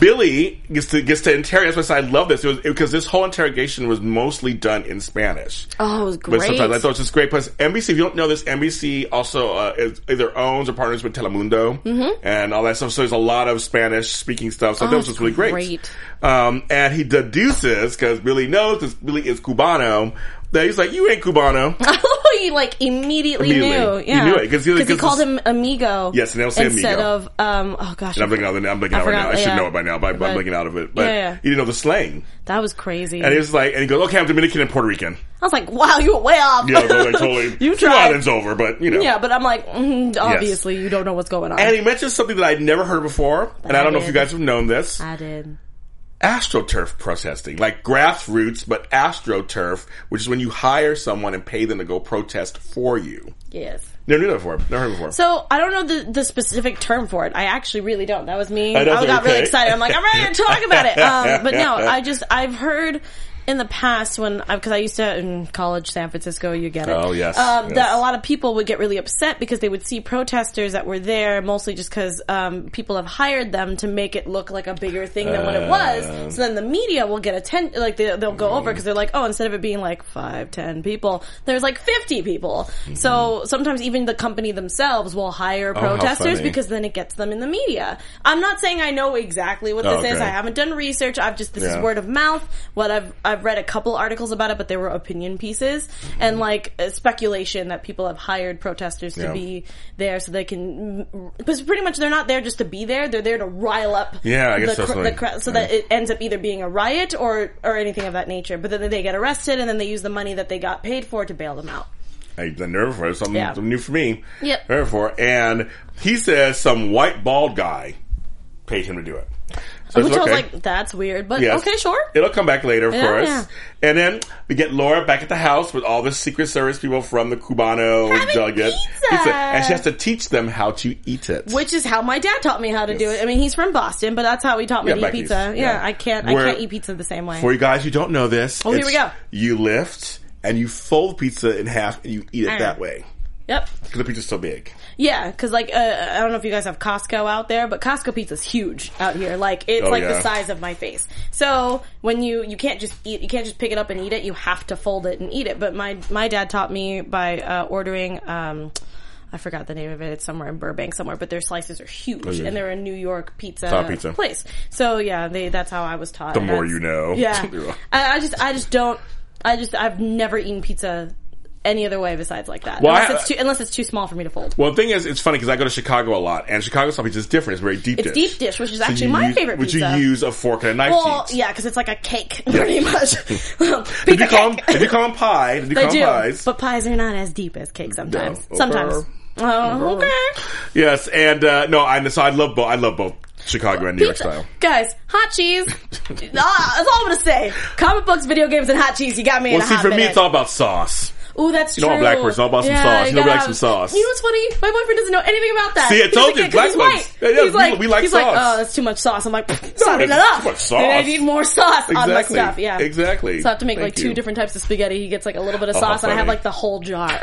S3: Billy gets to gets to interrogate. That's why I said I love this. It was because this whole interrogation was mostly done in Spanish.
S4: oh, it was
S3: But
S4: great.
S3: sometimes I
S4: (laughs)
S3: thought it was just great. Plus, NBC, if you don't know this, NBC also uh, is either owns or partners with Telemundo
S4: Mm-hmm.
S3: and all that stuff. So there's a lot of Spanish speaking stuff. So that was
S4: it's
S3: just really great.
S4: Oh, great.
S3: Um, and he deduces, because Billy knows this Billy is Cubano, that he's like, You ain't
S4: (laughs)
S3: Cubano.
S4: Oh, he like immediately,
S3: Immediately.
S4: knew.
S3: He
S4: Yeah.
S3: knew it, 'cause he-
S4: he,
S3: 'cause
S4: called
S3: this-
S4: him amigo.
S3: Yes, and they'll say
S4: instead
S3: amigo.
S4: of um. Oh gosh,
S3: And I'm blinking out of it. I'm blinking
S4: I
S3: out right now.
S4: forgot,
S3: I should
S4: yeah.
S3: know it by now, but I'm
S4: But-
S3: blinking out of it. But
S4: Yeah, yeah.
S3: you didn't know the slang.
S4: that was crazy.
S3: And it's like, and he goes, okay, I'm Dominican and Puerto Rican.
S4: I was like, wow, you were way off.
S3: Yeah, so like
S4: (laughs)
S3: totally.
S4: you
S3: New
S4: tried.
S3: Orleans over, but you know.
S4: Yeah, but I'm like, mm, obviously you don't know what's going on.
S3: And he mentions something that I'd never heard before, and I don't know if you
S4: did.
S3: guys have known this.
S4: I did.
S3: astroturf protesting, like grassroots, but astroturf, which is when you hire someone and pay them to go protest for you.
S4: Yes.
S3: Never knew that before. Never heard before.
S4: So I don't know the, the specific term for it. I actually really don't. That was me.
S3: I
S4: I,
S3: know,
S4: got
S3: okay.
S4: really excited. I'm like, I'm ready to talk about it.
S3: (laughs)
S4: Um, but no, I just I've heard in the past when I because I used to in college San Francisco, you get it.
S3: Oh, yes,
S4: Um, That
S3: yes.
S4: a lot of people would get really upset because they would see protesters that were there mostly just because um, people have hired them to make it look like a bigger thing than what it
S3: Uh.
S4: was. So then the media will get atten like they, they'll go
S3: Mm.
S4: over because they're like, oh, instead of it being like five, ten people, there's like fifty people. So sometimes even the company themselves will hire
S3: Mm-hmm. Oh, how
S4: protesters
S3: funny.
S4: because then it gets them in the media. I'm not saying I know exactly what this
S3: Oh,
S4: is.
S3: okay.
S4: I haven't done research. I've just this
S3: Yeah.
S4: is word of mouth. What I've I've read a couple articles about it, but they were opinion pieces and like uh, speculation that people have hired protesters to
S3: Mm-hmm. Yeah.
S4: be there so they can because pretty much they're not there just to be there. They're there to rile up.
S3: Yeah, I guess
S4: the,
S3: that's
S4: cr-
S3: what
S4: the
S3: I-
S4: cra- so
S3: yeah.
S4: that it ends up either being a riot or or anything of that nature. But then they get arrested and then they use the money that they got paid for to bail them out.
S3: I've done never before. Something,
S4: Yeah.
S3: something new for me.
S4: Yep.
S3: Never before. And he says some white bald guy paid him to do it. So it's
S4: Which I was
S3: okay.
S4: like, that's weird, but
S3: Yes.
S4: okay, sure.
S3: It'll come back later, of
S4: Yeah,
S3: course.
S4: yeah.
S3: And then we get Laura back at the house with all the Secret Service people from the Cubano
S4: Having
S3: delegate.
S4: pizza.
S3: And she has to teach them how to eat it.
S4: Which is how my dad taught me how to do
S3: Yes.
S4: it. I mean, he's from Boston, but that's how he taught me
S3: Yeah,
S4: to
S3: back
S4: eat pizza.
S3: east,
S4: Yeah,
S3: yeah.
S4: I can't.
S3: Where-
S4: I can't eat pizza the same way.
S3: For you guys who don't know this,
S4: Oh, here
S3: it's-
S4: we go.
S3: You lift and you fold pizza in half and you eat it
S4: Mm.
S3: that way.
S4: yep.
S3: Because the pizza's so big.
S4: Yeah, because like uh, I don't know if you guys have Costco out there, but Costco pizza's huge out here. Like it's
S3: Oh,
S4: like
S3: yeah.
S4: the size of my face. So when you you can't just eat, you can't just pick it up and eat it. You have to fold it and eat it. But my my dad taught me by uh, ordering. Um, I forgot the name of it. It's somewhere in Burbank somewhere, but their slices are huge,
S3: Oh, yeah.
S4: and they're a New York pizza,
S3: Top pizza.
S4: place. So yeah, they, that's how I was taught.
S3: The
S4: and
S3: more
S4: that's-
S3: you know. (laughs)
S4: Yeah, I, I just I just don't. I just I've never eaten pizza any other way besides like that.
S3: Well, I-
S4: unless it's too unless it's too small for me to fold.
S3: Well, the thing is, it's funny because I go to Chicago a lot, and Chicago style pizza is different. It's very deep
S4: It's
S3: dish.
S4: deep dish, which is
S3: So
S4: actually
S3: you
S4: my
S3: use-
S4: favorite
S3: Which
S4: pizza.
S3: you use a fork and a knife
S4: well,
S3: to eat.
S4: yeah, because it's like a cake, (laughs)
S3: (laughs)
S4: pretty much.
S3: Did
S4: Pizza
S3: you call them,
S4: cake.
S3: did you call them pie? Did you
S4: they
S3: call
S4: do,
S3: them pies?
S4: but pies are not as deep as cake sometimes.
S3: okay.
S4: Sometimes. Oh, okay.
S3: Yes, and uh, no, I so I love both. I love both Chicago and New York style.
S4: Guys,
S3: (laughs)
S4: hot cheese. ah, that's all I'm gonna say. Comic books, video games, and hot cheese. You got me.
S3: Well,
S4: in a
S3: see,
S4: hot
S3: for me,
S4: minute.
S3: it's all about sauce.
S4: Ooh, that's
S3: You know,
S4: true.
S3: I'm a black person. All about some sauce. You know,
S4: gotta
S3: black some
S4: have-
S3: sauce.
S4: You know what's funny? My boyfriend doesn't know anything about that.
S3: See, I
S4: He's
S3: told
S4: like,
S3: you,
S4: yeah, 'cause
S3: black
S4: he's
S3: ones.
S4: white.
S3: Yeah, yeah,
S4: he's
S3: we-
S4: like,
S3: we like
S4: he's like,
S3: sauce.
S4: oh, that's too much sauce. I'm
S3: (laughs)
S4: like, soften it
S3: it's
S4: up.
S3: too much sauce.
S4: And I need more sauce on my
S3: Exactly.
S4: stuff. Yeah,
S3: Exactly.
S4: So I have to make
S3: Thank
S4: like two
S3: you.
S4: different types of spaghetti. He gets like a little bit of
S3: Oh,
S4: sauce, and I have
S3: funny.
S4: like the whole jar. (laughs)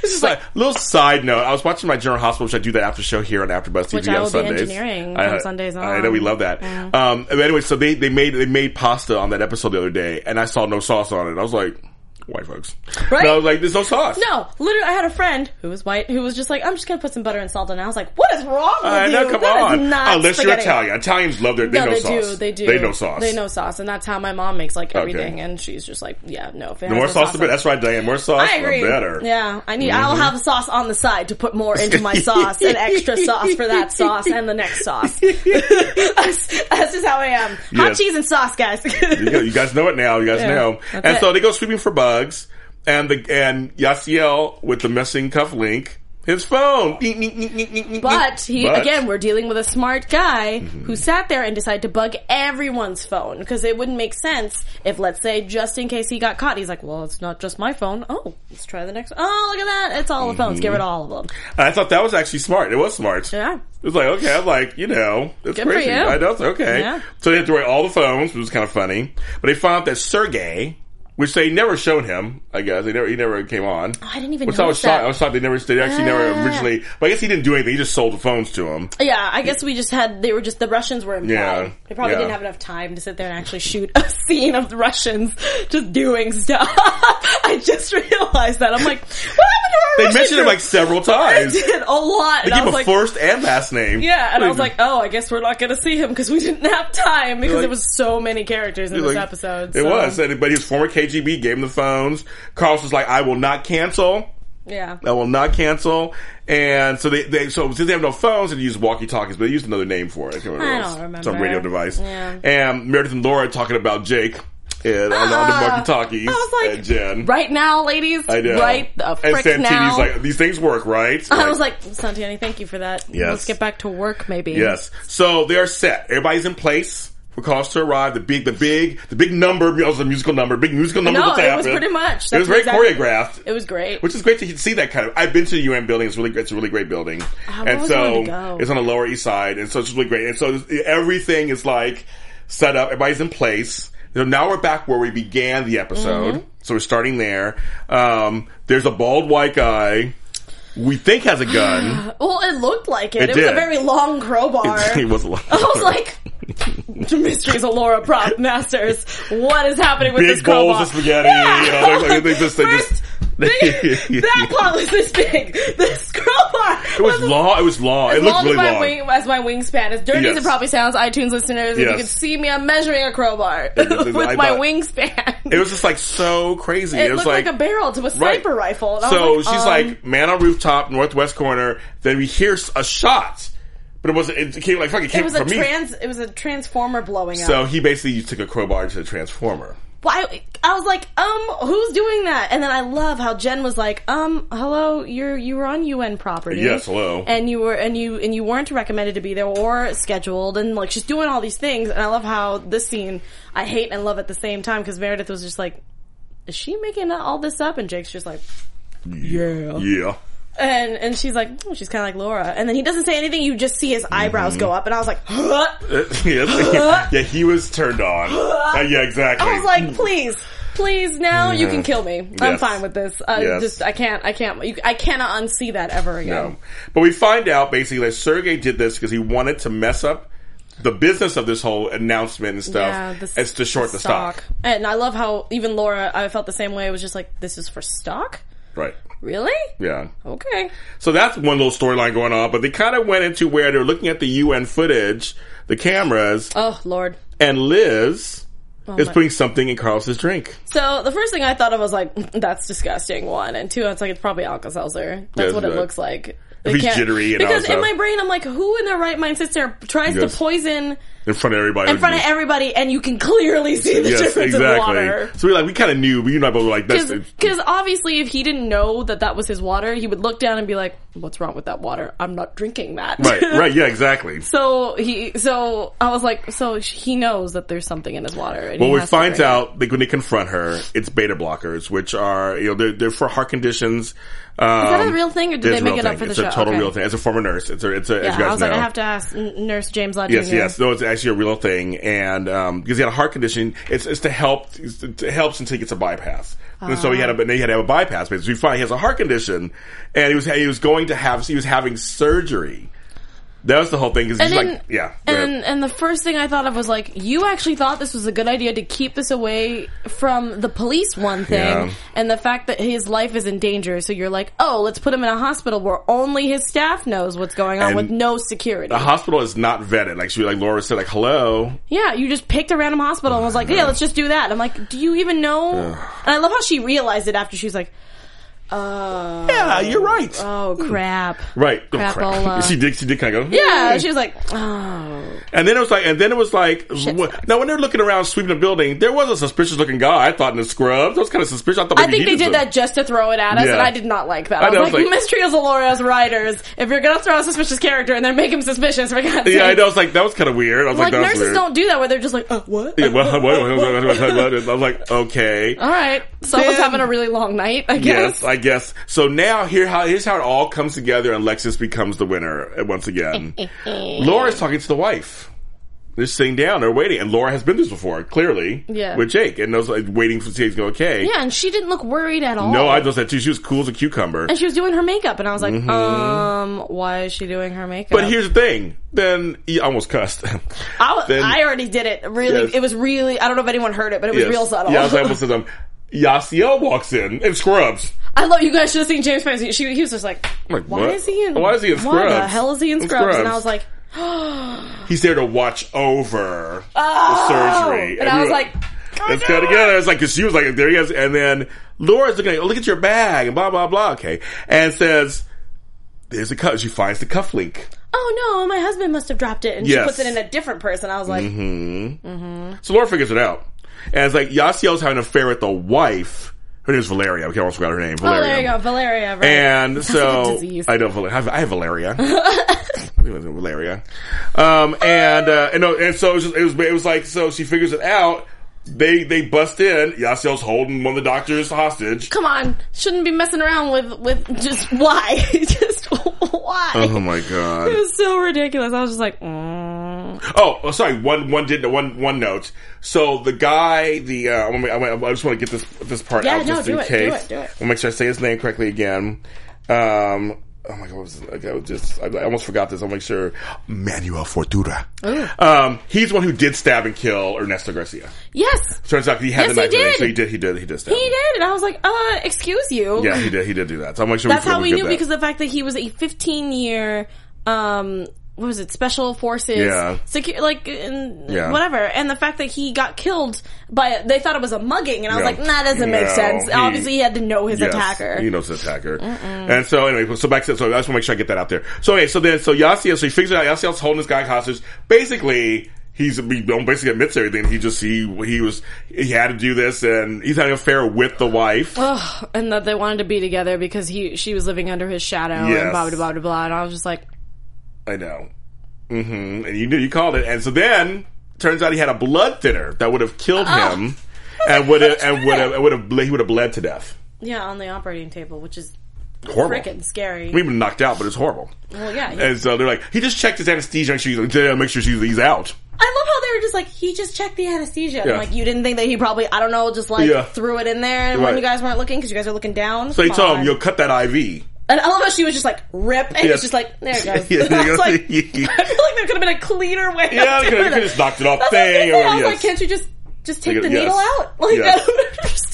S3: Just like little side note, I was watching my General Hospital, which I do that after show here on AfterBuzz TV
S4: Which
S3: on
S4: I will be
S3: Sundays.
S4: engineering
S3: I,
S4: from Sundays
S3: I know we
S4: on.
S3: love that. Um, but anyway, so they, they made they made pasta on that episode the other day, and I saw no sauce on it. I was like, White folks.
S4: Right?
S3: And I was like, there's no sauce.
S4: No, literally, I had a friend who was white who was just like, "I'm just gonna put some butter and salt on." it." I was like, "What is wrong with
S3: I
S4: you?
S3: know, come
S4: That is
S3: on.
S4: not
S3: Unless you're
S4: spaghetti.
S3: Italian. Italians love their, they
S4: no,
S3: know
S4: they
S3: sauce.
S4: do. They do.
S3: They know sauce.
S4: They know sauce, and that's how my mom makes like everything. And she's just like, "Yeah, no." If it
S3: The
S4: has
S3: more
S4: no
S3: sauce, the
S4: on
S3: better. That's right, Diane. More sauce,
S4: I agree.
S3: the better. Mm-hmm.
S4: Yeah, I need. I'll have sauce on the side to put more into my sauce and extra sauce for that sauce and the next
S3: (laughs)
S4: sauce. that's, that's just how I am.
S3: Yeah.
S4: Hot cheese and sauce, guys.
S3: you, go- you guys know it now. You guys
S4: Yeah,
S3: know.
S4: that's
S3: And
S4: it.
S3: so they go sweeping for bugs, and the and Yasiel with the missing cufflink, his phone. Neek, neek, neek, neek, neek, neek,
S4: (laughs) But
S3: neek.
S4: he again, we're dealing with a smart guy
S3: Mm-hmm.
S4: who sat there and decided to bug everyone's phone because it wouldn't make sense if, let's say, just in case he got caught, he's like, "Well, it's not just my phone. Oh, let's try the next. one. Oh, look at that! It's all the phones. Get
S3: Mm-hmm.
S4: rid of all of them.
S3: And I thought that was actually smart. It was smart.
S4: Yeah.
S3: It was like okay, I'm like you know, it's
S4: Good for
S3: crazy.
S4: you.
S3: I know it's okay.
S4: Yeah.
S3: So they had to write all the phones, which was kind of funny. But they found out that Sergey. Which they never showed him, I guess. They never, he never came on.
S4: Oh, I didn't even
S3: Which I was
S4: notice that.
S3: shocked. I was shocked they never, they actually
S4: Ah.
S3: never originally, but I guess he didn't do anything. He just sold the phones to him.
S4: Yeah, I guess we just had they were just the Russians were implied.
S3: Yeah,
S4: They probably
S3: yeah.
S4: didn't have enough time to sit there and actually shoot a (laughs) scene of the Russians just doing stuff. (laughs) I just realized that. I'm like, what happened to our
S3: They
S4: Russian
S3: mentioned it
S4: group?
S3: like several
S4: (laughs) I
S3: times.
S4: did a lot.
S3: They
S4: And I
S3: gave
S4: was
S3: a
S4: like,
S3: first and last name.
S4: yeah, and I was
S3: Like,
S4: like, oh, I guess we're not going to see him because we didn't have time because
S3: Like-
S4: there was so many characters in this
S3: like,
S4: episode.
S3: It
S4: so,
S3: was. And- But his former KGB gave him the phones. Carlos was like, I will not cancel.
S4: yeah.
S3: I will not cancel. And so they, they so since they have no phones, they use walkie talkies, but they used another name for it. I, can't remember
S4: I
S3: what it
S4: don't
S3: was.
S4: remember.
S3: Some radio device.
S4: Yeah.
S3: And Meredith and Laura talking about Jake and, on the- on the
S4: Ah,
S3: walkie talkies.
S4: I was like,
S3: and Jen.
S4: Right now, ladies,
S3: I know.
S4: right the
S3: and
S4: frick
S3: Santini's
S4: now.
S3: like, these things work, right?
S4: I was like, Santini, thank you for that.
S3: Yes.
S4: Let's get back to work, maybe.
S3: Yes. So they are set. Everybody's in place. For calls to arrive, the big, the big, the big number, you know, it was a musical number, big musical number.
S4: No,
S3: was
S4: it was
S3: happening.
S4: pretty much.
S3: It was
S4: That's
S3: very
S4: exactly-
S3: choreographed,
S4: It was great.
S3: which is great to see that kind of. I've been to the UN building; it's really, great. it's a really great building,
S4: I've
S3: and
S4: always
S3: so
S4: wanted to go.
S3: it's on the Lower East Side, and so it's really great. And so everything is like set up. Everybody's in place. So now we're back where we began the episode.
S4: Mm-hmm.
S3: So we're starting there. Um, there's a bald white guy we think has a gun.
S4: (gasps) Well, it looked like it.
S3: It
S4: It, was
S3: did.
S4: a very long crowbar.
S3: (laughs) he
S4: (laughs) I
S3: was a lot.
S4: was like, Mysteries of Laura Prop Masters, what is happening with this
S3: big
S4: crowbar?
S3: bowls of spaghetti.
S4: Yeah.
S3: You know, they, they just, they
S4: First, (laughs)
S3: just,
S4: big- that pot was this big. This crowbar
S3: it
S4: (laughs)
S3: was long. It was long. It looked
S4: long
S3: really
S4: as my
S3: long.
S4: Wing, as my wingspan. As dirty as
S3: Yes.
S4: it probably sounds, iTunes listeners, if
S3: Yes.
S4: you could see me, I'm measuring a crowbar
S3: it-
S4: (laughs) with
S3: I
S4: my
S3: thought-
S4: wingspan.
S3: It was just like so crazy. It,
S4: It
S3: was
S4: looked like, a barrel to a sniper rifle. And I
S3: so
S4: was
S3: she's
S4: um,
S3: like, man on rooftop, northwest corner. Then we hear s- a shot, but it wasn't. It came like fucking came
S4: it was a
S3: from me.
S4: trans. It was a transformer blowing up.
S3: so he basically took a crowbar to the transformer.
S4: Well, I, I was like, um, who's doing that? And then I love how Jen was like, um, hello, you're you were on UN property.
S3: Yes, hello.
S4: And you were and you and you weren't recommended to be there or scheduled, and like she's doing all these things. And I love how this scene I hate and love at the same time because Meredith was just like, is she making all this up? And Jake's just like. Yeah.
S3: Yeah. (laughs)
S4: And and she's like, "Oh, she's kind of like Laura. And then he doesn't say anything. You just see his
S3: Mm-hmm.
S4: eyebrows go up, and I was like, (gasps) huh? (laughs)
S3: Yes. yeah, he was turned on. Uh, yeah, exactly.
S4: I was like, please, please, now you can kill me. I'm
S3: Hmm. Yes.
S4: fine with this. I
S3: Yes.
S4: just, I can't, I can't, you, I cannot unsee that ever again.
S3: No. But we find out basically that Sergey did this because he wanted to mess up the business of this whole announcement and stuff.
S4: this-
S3: it's to short the stock.
S4: And I love how even Laura, I felt the same way. It was just like, this is for stock?
S3: Right.
S4: Really?
S3: Yeah.
S4: Okay.
S3: So that's one little storyline going on, but they kind of went into where they're looking at the UN footage, the cameras,
S4: Oh, Lord.
S3: and Liz is
S4: Oh my-
S3: putting something in Carlos's drink.
S4: So the first thing I thought of was like, (laughs) that's disgusting. One and two, it's like it's probably Alka-Seltzer. That's
S3: Yeah,
S4: what
S3: right.
S4: it looks like.
S3: If
S4: They
S3: he's
S4: can't-
S3: jittery and all
S4: because
S3: stuff.
S4: in my brain, I'm like, who in their right mind sits there tries
S3: Yes.
S4: to poison
S3: In front of everybody.
S4: in front of everybody, and you can clearly see the
S3: Yes,
S4: difference in water.
S3: exactly. So we're like, we kind of knew, but you know, but we're like, that's
S4: Because obviously, if he didn't know that that was his water, he would look down and be like, "What's wrong with that water? I'm not drinking that."
S3: right, right,
S4: (laughs)
S3: yeah, exactly.
S4: so he, so I was like, so sh- he knows that there's something in his water. And
S3: Well,
S4: he
S3: we
S4: has to
S3: finds
S4: drink it.
S3: out like when they confront her, it's beta blockers, which are you know they're, they're for heart conditions. Um,
S4: that a real thing, or did
S3: it's
S4: they
S3: a
S4: make
S3: real
S4: it up
S3: thing.
S4: for the
S3: it's
S4: show?
S3: a total
S4: Okay.
S3: real thing. As a former nurse, it's a it's a. as you
S4: Yeah,
S3: guys
S4: I was
S3: know.
S4: like, I have to ask N- Nurse James Law
S3: Yes,
S4: Jr.
S3: yes, no, it's actually a real thing, and um, because he had a heart condition, it's, it's to help. It's, it helps until he gets a bypass, and so he
S4: Ah.
S3: had a, and he had to have a bypass. But so he finally has a heart condition, and he was he was going to have he was having surgery That was the whole thing. Cause
S4: And
S3: he's
S4: then,
S3: like, yeah. go ahead.
S4: and and the first thing I thought of was like, you actually thought this was a good idea to keep this away from the police. One thing,
S3: Yeah.
S4: and the fact that his life is in danger. So you're like, oh, let's put him in a hospital where only his staff knows what's going on
S3: And
S4: with no security.
S3: the hospital is not vetted. Like she, like Laura said, like hello.
S4: yeah, you just picked a random hospital and was like, yeah, let's just do that. I'm like, do you even know? And I love how she realized it after she was like, oh,
S3: Yeah, you're right.
S4: oh crap.
S3: right. Oh, crap. (laughs)
S4: Crapola.
S3: She did. She did kind of go. "Hmm."
S4: Yeah, she was like, oh,
S3: And then it was like, and then it was like, what, now when they're looking around sweeping the building, there was a suspicious looking guy. I thought in the scrubs. That was kind of suspicious. I thought
S4: I
S3: maybe
S4: think
S3: he
S4: they
S3: was
S4: did
S3: the-
S4: that just to throw it at us,
S3: Yeah.
S4: and I did not like that.
S3: I
S4: I,
S3: know,
S4: was
S3: I
S4: like,
S3: was like-
S4: mistreat Zalora as writers. If you're gonna throw a suspicious character and then make him suspicious, for God's sake.
S3: Yeah, I know. I was like, that was kind of weird. I was like,
S4: Like,
S3: that was
S4: nurses
S3: weird.
S4: don't do that where they're just like, uh, what?
S3: Yeah, (laughs) well, what- what- what- what- what- what- I was like,
S4: (laughs)
S3: okay.
S4: All right, someone's
S3: Then-
S4: having a really long night. I guess.
S3: Yes, I guess. So now here how here's how it all comes together and Lexus becomes the winner uh, once again.
S4: (laughs)
S3: Laura's talking to the wife. They're sitting down, they're waiting, and Laura has been this before, clearly.
S4: Yeah.
S3: With Jake and those like waiting for things to go okay.
S4: yeah, and she didn't look worried at all.
S3: No, I noticed that too. She was cool as a cucumber.
S4: And she was doing her makeup, and I was like, um, why is she doing her makeup?
S3: But here's the thing. Then you almost cussed.
S4: I, was-
S3: then-
S4: I already did it. Really,
S3: Yes.
S4: it was really. I don't know if anyone heard it, but it was
S3: Yes.
S4: real subtle.
S3: Yeah, I was
S4: (laughs)
S3: almost said um, Yasiel walks in in scrubs.
S4: I love you guys should have seen James Francis. She, he was just like,
S3: I'm like,
S4: why
S3: what?
S4: is he in?
S3: Why is he in
S4: Why the
S3: scrubs?
S4: hell is he in
S3: In
S4: scrubs? And I
S3: scrubs.
S4: was like,
S3: He's there to watch over the surgery.
S4: Oh! And I
S3: we
S4: was
S3: were-
S4: like, "Oh,
S3: Let's go together. It's like, cause she was like, there he is. And then Laura's looking at, oh, look at your bag and blah, blah, blah. Okay. And says, there's a cuff. She finds the cuff link.
S4: oh no, my husband must have dropped it, and she
S3: Yes. Mm-hmm.
S4: puts it in a different person. I was like,
S3: So Laura figures it out. And it's like, Yasiel's having an affair with the wife. Her name's Valeria. Okay, I almost forgot her name.
S4: oh,
S3: Valeria.
S4: there you go, Valeria. Right?
S3: And
S4: like a
S3: so
S4: disease.
S3: I know Val- I have, I have (laughs) Valeria. What do you mean, Valeria. Um, and uh, and, no, and so it was, just, it was it was like so she figures it out. They they bust in. Yasiel's holding one of the doctors hostage.
S4: Come on, shouldn't be messing around with with just why, (laughs) just why.
S3: Oh my god.
S4: (laughs) It was so ridiculous. I was just like, mm.
S3: Oh, oh, sorry. One, one did one, one note. So the guy, the uh, I, wanna- I wanna- I just want to get this this part
S4: Yeah,
S3: out
S4: no,
S3: just
S4: do
S3: in
S4: it, do
S3: case.
S4: it, do it.
S3: I'll make sure I say his name correctly again. Um, oh my god, what was this? Okay, I was just I, I almost forgot this. I'll make sure. Manuel Fortuna. Um, he's the one who did stab and kill Ernesto Garcia.
S4: yes,
S3: Turns out he had
S4: Yes,
S3: the
S4: he
S3: knife. in
S4: did.
S3: So he did. He did. He did stab.
S4: he
S3: him.
S4: did, and I was like, uh, excuse you.
S3: Yeah, he did. He did do that. So I'll make sure.
S4: That's
S3: we,
S4: how we
S3: get
S4: knew
S3: that.
S4: because the fact that he was a 15 year, um, what was it, special forces,
S3: Yeah.
S4: secu- like and
S3: Yeah.
S4: whatever, and the fact that he got killed by they thought it was a mugging, and I was
S3: Yeah.
S4: like, nah, that doesn't make
S3: No,
S4: sense.
S3: he-
S4: Obviously, he had to know his attacker.
S3: He knows his attacker. And so anyway, so back to so I just want to make sure I get that out there. So okay, so then so Yasiel, so he figures it out Yasiel's holding this guy hostage. Basically, he's he basically admits everything. He just he he was he had to do this, and he's having an affair with the wife.
S4: Ugh, and that they wanted to be together because he she was living under his shadow
S3: Yes.
S4: and blah blah blah blah blah. And I was just like,
S3: I know. hmm And you knew you called it. And so then turns out he had a blood thinner that would have killed him, and would have and would have and would have ble- he would have bled to death.
S4: yeah, on the operating table, which is
S3: Horrible.
S4: freaking scary.
S3: We even knocked out, but it's horrible.
S4: well, yeah.
S3: And so they're like, he just checked his anesthesia, make sure he's, yeah, make sure she's, he's out.
S4: I love how they were just like, he just checked the anesthesia. I'm
S3: Yeah.
S4: like, you didn't think that he probably, I don't know, just like
S3: Yeah.
S4: threw it in there when
S3: Right.
S4: you guys weren't looking because you guys were looking down.
S3: So he
S4: Come
S3: told him,
S4: on.
S3: "Yo, cut that IV."
S4: And I love how she was just like, rip. And
S3: Yeah.
S4: it's just like, there it goes.
S3: (laughs) Yeah, there
S4: (laughs)
S3: (laughs)
S4: I
S3: you
S4: was
S3: go.
S4: like, I feel like there could have been a cleaner way
S3: Yeah,
S4: of
S3: they could-
S4: doing
S3: they
S4: it.
S3: could just knocked it off.
S4: That's what I'm
S3: Bang,
S4: saying.
S3: or
S4: I was like,
S3: yes.
S4: can't you just, just take
S3: They
S4: the
S3: could-
S4: needle
S3: yes.
S4: out? (laughs) Like,
S3: Yes.
S4: I don't understand.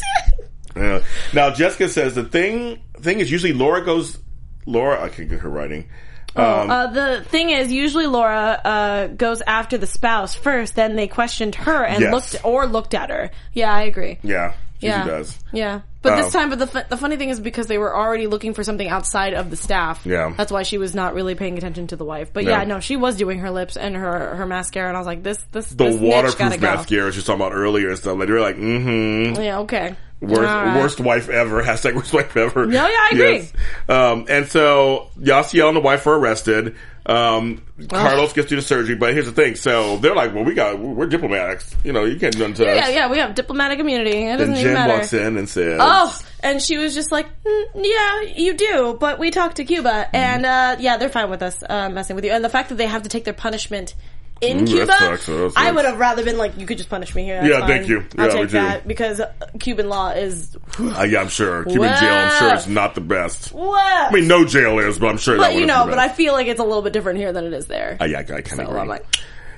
S3: Yeah. Now Jessica says the thing thing is usually Laura goes. Laura, I can get her writing. Um,
S4: Uh, the thing is, usually Laura uh, goes after the spouse first. Then they questioned her and
S3: Yes.
S4: looked or looked at her. Yeah, I agree.
S3: yeah, she
S4: yeah,
S3: does.
S4: Yeah, but
S3: Um,
S4: this time, but the fu- the funny thing is because they were already looking for something outside of the staff.
S3: Yeah.
S4: that's why she was not really paying attention to the wife. But
S3: No.
S4: yeah, no, she was doing her lips and her her mascara, and I was like, this this
S3: The
S4: this niche gotta
S3: waterproof
S4: go.
S3: mascara she was talking about earlier and stuff. Like they were like, "Mm-hmm,
S4: Yeah, okay.
S3: worst,
S4: All right.
S3: worst wife ever." (laughs) Hashtag worst wife ever.
S4: No, yeah, I agree.
S3: Um, and so Yasiel and the wife were arrested. Um, Carlos gets through the surgery, but here's the thing. So they're like, "Well, we got we're diplomatics. You know, you can't do nothing to
S4: Yeah,
S3: us."
S4: yeah, we have diplomatic immunity. It doesn't
S3: And
S4: even
S3: Jen
S4: matter.
S3: walks in and says,
S4: Oh, and she was just like, "Mm, "Yeah, you do, but we talked to Cuba,
S3: Mm-hmm.
S4: and uh, yeah, they're fine with us uh, messing with you." And the fact that they have to take their punishment in
S3: Ooh, that
S4: Cuba,
S3: sucks. That sucks.
S4: I would have rather been like, "You could just punish me here." that's
S3: Yeah,
S4: fine.
S3: thank you.
S4: I'll
S3: Yeah,
S4: take
S3: we do.
S4: that because Cuban law is
S3: Uh, yeah, I'm sure. Cuban jail, I'm sure, is not the best. I mean, no jail is, but I'm sure. that
S4: but you
S3: wouldn't
S4: know,
S3: be
S4: but I
S3: best.
S4: feel like it's a little bit different here than it is there.
S3: Uh, yeah, I kind of
S4: So
S3: agree.
S4: I'm like-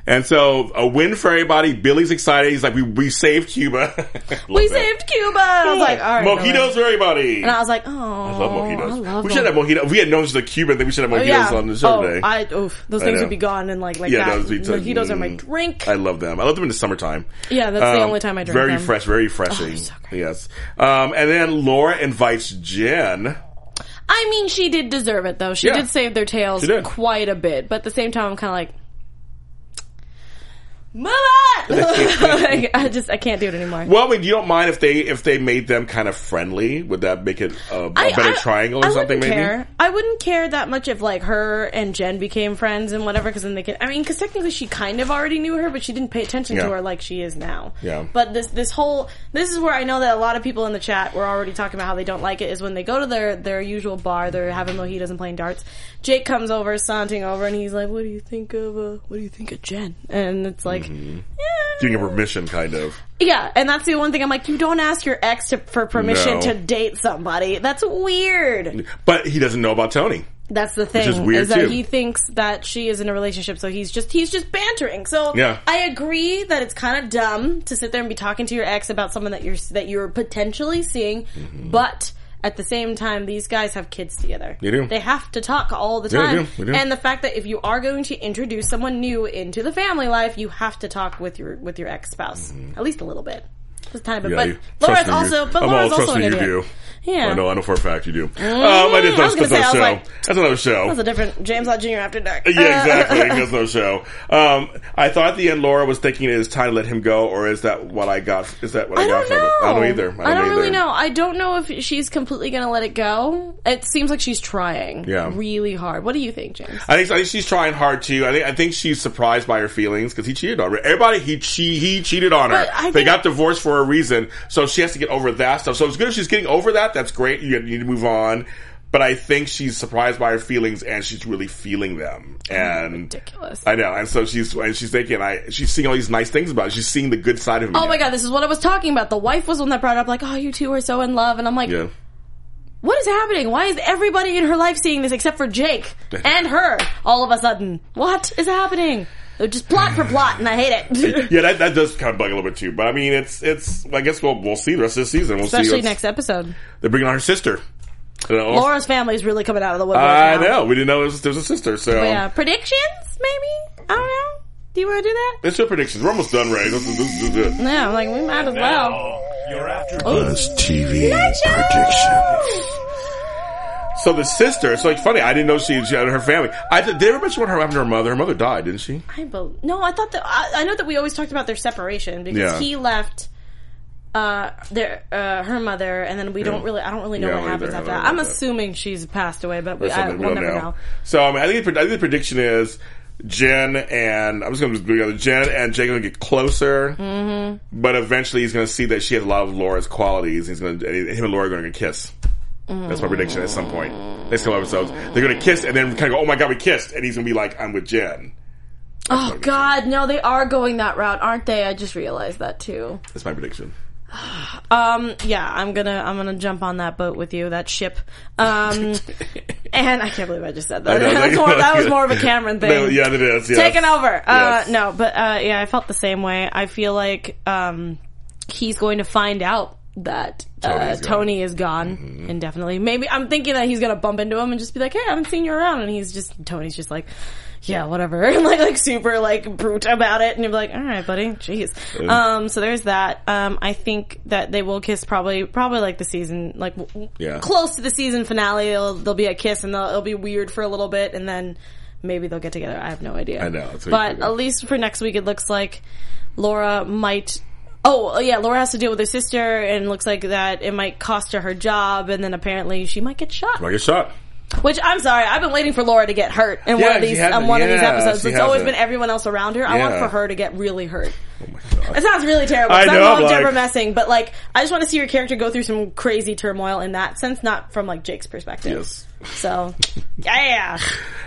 S3: and so a win for everybody. Billy's excited. He's like, "We we saved Cuba. (laughs)
S4: we saved Cuba. And I was like, all right, no
S3: mojitos
S4: way.
S3: for everybody."
S4: And I was like, oh,
S3: I love mojitos.
S4: I love
S3: we should have
S4: them.
S3: mojito. If we had known she's a Cuban, then we should have mojitos
S4: yeah.
S3: on the show
S4: oh,
S3: today.
S4: I, oof, those
S3: I
S4: things
S3: know.
S4: would be gone and like
S3: (laughs)
S4: like
S3: yeah,
S4: that.
S3: those would be so-
S4: mojitos are my
S3: mm.
S4: drink.
S3: I love them. I love them in the summertime. Um,
S4: Yeah, that's the only time I drink
S3: Very
S4: them. Oh,
S3: fresh, very freshing.
S4: so good.
S3: yes. Um, and then Laura invites Jen.
S4: I mean, she did deserve it though. She
S3: Yeah.
S4: did save their tails
S3: She did.
S4: quite a bit, but at the same time, I'm kind of like. Move on! (laughs) like, I just I can't do it anymore.
S3: Well, I mean, you don't mind if they if they made them kind of friendly? Would that make it a, a better triangle or
S4: I
S3: something? Maybe.
S4: Wouldn't care. I wouldn't care that much if like her and Jen became friends and whatever, because then they could. I mean, because technically she kind of already knew her, but she didn't pay attention
S3: Yeah.
S4: to her like she is now.
S3: Yeah.
S4: But this this whole this is where I know that a lot of people in the chat were already talking about how they don't like it is when they go to their their usual bar, they're having mojitos and playing darts. Jake comes over, sauntering over, and he's like, "What do you think of uh, What do you think of Jen?" And it's like.
S3: Mm-hmm.
S4: "Yeah."
S3: Giving her permission, kind of.
S4: Yeah, and that's the one thing I'm like, you don't ask your ex to, for permission
S3: No.
S4: to date somebody. That's weird.
S3: But he doesn't know about Tony.
S4: That's the thing.
S3: is weird,
S4: that
S3: too.
S4: he thinks that she is in a relationship, so he's just he's just bantering. So
S3: Yeah.
S4: I agree that it's kind of dumb to sit there and be talking to your ex about someone that you're that you're potentially seeing,
S3: Mm-hmm.
S4: but at the same time, these guys have kids together.
S3: They do.
S4: They have to talk all the
S3: Yeah, they
S4: time.
S3: do. They do.
S4: And the fact that if you are going to introduce someone new into the family life, you have to talk with your with your ex spouse at least a little bit. Just a tiny bit.
S3: Mm-hmm. Yeah,
S4: but
S3: you- trust
S4: Laura's
S3: me, you-
S4: also. But
S3: I'm all-
S4: Laura's
S3: trust
S4: also an
S3: me, you
S4: idiot.
S3: do.
S4: Yeah. Mm-hmm.
S3: I know. I know for a fact you do. um, I did
S4: I
S3: those
S4: was gonna
S3: that's another show.
S4: say, I was like,
S3: that's another show.
S4: That was a different James Law Jr. after
S3: (laughs)
S4: dark. (laughs)
S3: yeah,
S4: Uh,
S3: exactly. That's no show. Um, I thought at the end Laura was thinking it is time to let him go, or is that what I got? Is that what I,
S4: I
S3: got
S4: don't
S3: from
S4: know.
S3: it? I don't either. I don't,
S4: really
S3: either.
S4: know. I don't know if she's completely going to let it go. It seems like she's trying
S3: Yeah.
S4: really hard. What do you think, James?
S3: I think, I think she's trying hard too. I think I think she's surprised by her feelings because he cheated on her. Everybody he che- he cheated on her.
S4: But I
S3: They
S4: think-
S3: got divorced for a reason, so she has to get over that stuff. So it's good if she's getting over that. That's great. You you need to move on. But I think she's surprised by her feelings and she's really feeling them. And
S4: ridiculous.
S3: I know. And so she's and she's thinking. I she's seeing all these nice things about. It. She's seeing the good side of him.
S4: oh my god, this is what I was talking about. The wife was the one that brought up like, "Oh, you two are so in love," and I'm like,
S3: Yeah.
S4: "What is happening? Why is everybody in her life seeing this except for
S3: (laughs)
S4: Jake and her? All of a sudden, what is happening?" They're just plot for plot, and I hate (laughs)
S3: (laughs)
S4: it.
S3: Yeah, that, that does kind of bug a little bit too. But I mean, it's it's. I guess we'll we'll see the rest of the season. We'll see.
S4: Especially
S3: what's- (laughs)
S4: next episode.
S3: They're bringing on her sister. You know,
S4: Laura's family is really coming out of the woodwork.
S3: I
S4: now.
S3: know. We didn't know there was, there was a sister. So um,
S4: But yeah, predictions maybe. I don't know. Do you want to do that?
S3: (laughs) It's your predictions. We're almost done, Ray. This is, this is this is it.
S4: Yeah, I'm like we might as well. Oh.
S5: Buzz TV predictions.
S3: So the sister. So it's funny. I didn't know she, she had her family. I th- they ever mention what her happened to her mother. Her mother died, didn't she?
S4: I bel no, I thought that I, I know that we always talked about their separation because
S3: Yeah.
S4: he left uh their uh her mother and then we don't really I don't really know
S3: Yeah, I
S4: what
S3: don't
S4: happens
S3: either.
S4: after
S3: I don't
S4: that. I'm
S3: know.
S4: assuming she's passed away, but we,
S3: Or
S4: I,
S3: something.
S4: we'll
S3: we don't
S4: never know.
S3: know. So I mean, I think, the, pred- I think the prediction is Jen and I'm just going to do the other. Jen and Jake are going to get closer, mm-hmm. but eventually he's going to see that she has a lot of Laura's qualities. He's going to him and Laura are going to kiss. That's my prediction at some point. Next couple episodes, they're going to kiss and then kind of go, "Oh my god, we kissed!" And he's going to be like, "I'm with Jen."
S4: Oh god, no, they are going that route, aren't they? I just realized that too.
S3: That's my
S4: (laughs)
S3: prediction.
S4: Um yeah, I'm going to I'm going to jump on that boat with you, that ship.
S3: (laughs)
S4: Um and I can't believe I just said that.
S3: I know,
S4: (laughs) That's
S3: like-
S4: more, that was more of a Cameron
S3: (laughs)
S4: thing.
S3: No, yeah, it is. Yes.
S4: taken over. Uh,
S3: Yes.
S4: No, but uh, yeah, I felt the same way. I feel like um, he's going to find out that
S3: Tony
S4: uh,
S3: is gone. Mm-hmm.
S4: Tony is gone indefinitely. Maybe I'm thinking that he's going to bump into him and just be like, "Hey, I haven't seen you around," and he's just Tony's just like. Yeah, whatever. (laughs) And like, like super like brute about it, and you're like, all right, buddy, jeez. Um, so there's that. Um, I think that they will kiss probably, probably like the season, like w-
S3: Yeah.
S4: close to the season finale. There'll, there'll be a kiss, and they'll, it'll be weird for a little bit, and then maybe they'll get together. I have no idea.
S3: I know, it's what you
S4: But
S3: figure.
S4: at least for next week, it looks like Laura might. Oh yeah, Laura has to deal with her sister, and it looks like that it might cost her her job, and then apparently she might get shot.
S3: Well, get shot.
S4: Which I'm sorry, I've been waiting for Laura to get hurt in
S3: Yeah,
S4: one of
S3: she
S4: these
S3: hasn't.
S4: on one of these
S3: Yeah,
S4: episodes.
S3: she
S4: It's always
S3: hasn't.
S4: been everyone else around her. I want
S3: Yeah.
S4: for her to get really hurt.
S3: Oh my god.
S4: It sounds really terrible.
S3: I
S4: 'cause I,
S3: know, I'm
S4: love Deborah
S3: like-
S4: Messing, but like, I just want to see your character go through some crazy turmoil in that sense, not from like Jake's perspective.
S3: Yes.
S4: So, (laughs) yeah.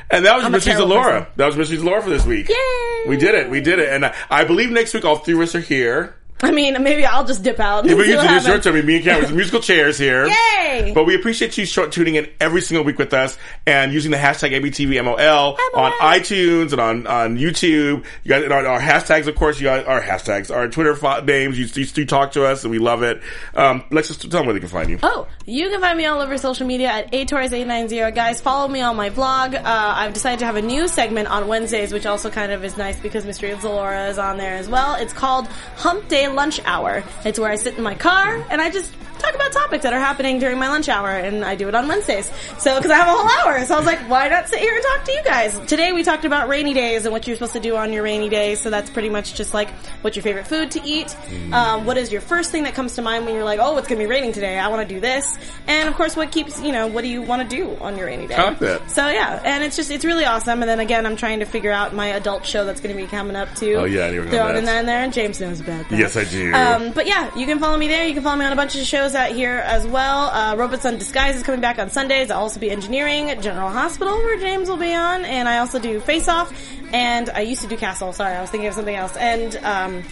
S3: And that was
S4: I'm a
S3: Mysteries of
S4: terrible
S3: Laura.
S4: person.
S3: That was Mysteries of Laura for this week.
S4: Yay!
S3: We did it. We did it. And I, I believe next week all three of us are here.
S4: I mean, maybe I'll just dip out.
S3: Yeah, but
S4: See
S3: you
S4: what
S3: it's your
S4: happens.
S3: turn. I mean, Me and Cameron, the musical chairs here.
S4: Yay!
S3: But we appreciate you short tuning in every single week with us and using the hashtag ABTVMOL on iTunes and on, on YouTube. You got and our, our hashtags, of course. You got our hashtags, our Twitter fo- names. You, you, you talk to us, and we love it. Um, let's just tell them where they can find you.
S4: Oh, you can find me all over social media at atorres890. Guys, follow me on my blog. Uh, I've decided to have a new segment on Wednesdays, which also kind of is nice because Mystery of Zalora is on there as well. It's called Hump Day Lunch Hour. It's where I sit in my car and I just talk about topics that are happening during my lunch hour, and I do it on Wednesdays. So, because I have a whole hour, so I was like, why not sit here and talk to you guys? Today we talked about rainy days and what you're supposed to do on your rainy days. So that's pretty much just like what's your favorite food to eat.
S3: Mm.
S4: Um, what is your first thing that comes to mind when you're like, oh, it's gonna be raining today. I want to do this. And of course, what keeps you know, what do you want to do on your rainy day?
S3: I like that.
S4: So yeah, and it's just it's really awesome. And then again, I'm trying to figure out my adult show that's gonna be coming up too.
S3: Oh, yeah, I didn't even know
S4: throwing
S3: that.
S4: that in there. And James knows about that.
S3: Yes, I do.
S4: Um, but yeah, you can follow me there. You can follow me on a bunch of shows out here as well. Uh, Robots on Disguise is coming back on Sundays. I'll also be engineering at General Hospital, where James will be on, and I also do Face Off, and I used to do Castle. Sorry, I was thinking of something else. And um,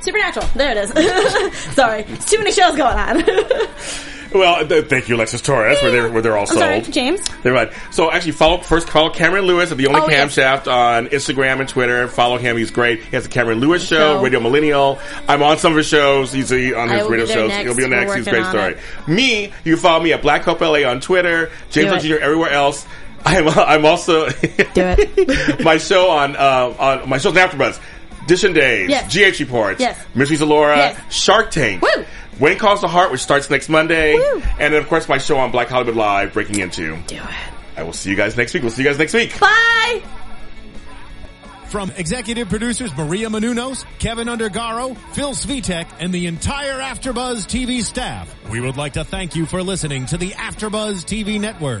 S4: Supernatural. There it is. (laughs) Sorry, it's too many shows going on.
S3: Well, th- thank you, Alexis Torres, where they're, where they're all
S4: I'm
S3: sold.
S4: sorry, James.
S3: They're right. So actually, follow first. Follow Cameron Lewis at the Only
S4: Oh, yes.
S3: Camshaft on Instagram and Twitter. Follow him; he's great. He has the Cameron Lewis show,
S4: Show.
S3: Radio Millennial. I'm on some of his shows. He's uh, on
S4: I
S3: his
S4: will be
S3: radio
S4: there
S3: shows.
S4: next.
S3: He'll be on
S4: We're
S3: next. He's a
S4: working
S3: great
S4: on
S3: story.
S4: it.
S3: Me, you can follow me at Black Hope LA on Twitter.
S4: Do
S3: James
S4: it.
S3: Jr. everywhere else. (laughs) I'm I'm
S4: (laughs)
S3: also
S4: it.
S3: (laughs) my show on uh, on my show's on AfterBuzz. Dishon Days,
S4: Yes.
S3: GH Reports,
S4: Yes.
S3: Mysteries of Laura,
S4: Yes.
S3: Shark Tank,
S4: Woo.
S3: When It Calls the Heart, which starts next Monday,
S4: Woo.
S3: and then of course my show on Black Hollywood Live, Breaking Into.
S4: Do it.
S3: I will see you guys next week. We'll see you guys next week.
S4: Bye.
S2: From executive producers Maria Manunos, Kevin Undergaro, Phil Svitek, and the entire Afterbuzz TV staff, we would like to thank you for listening to the Afterbuzz TV network.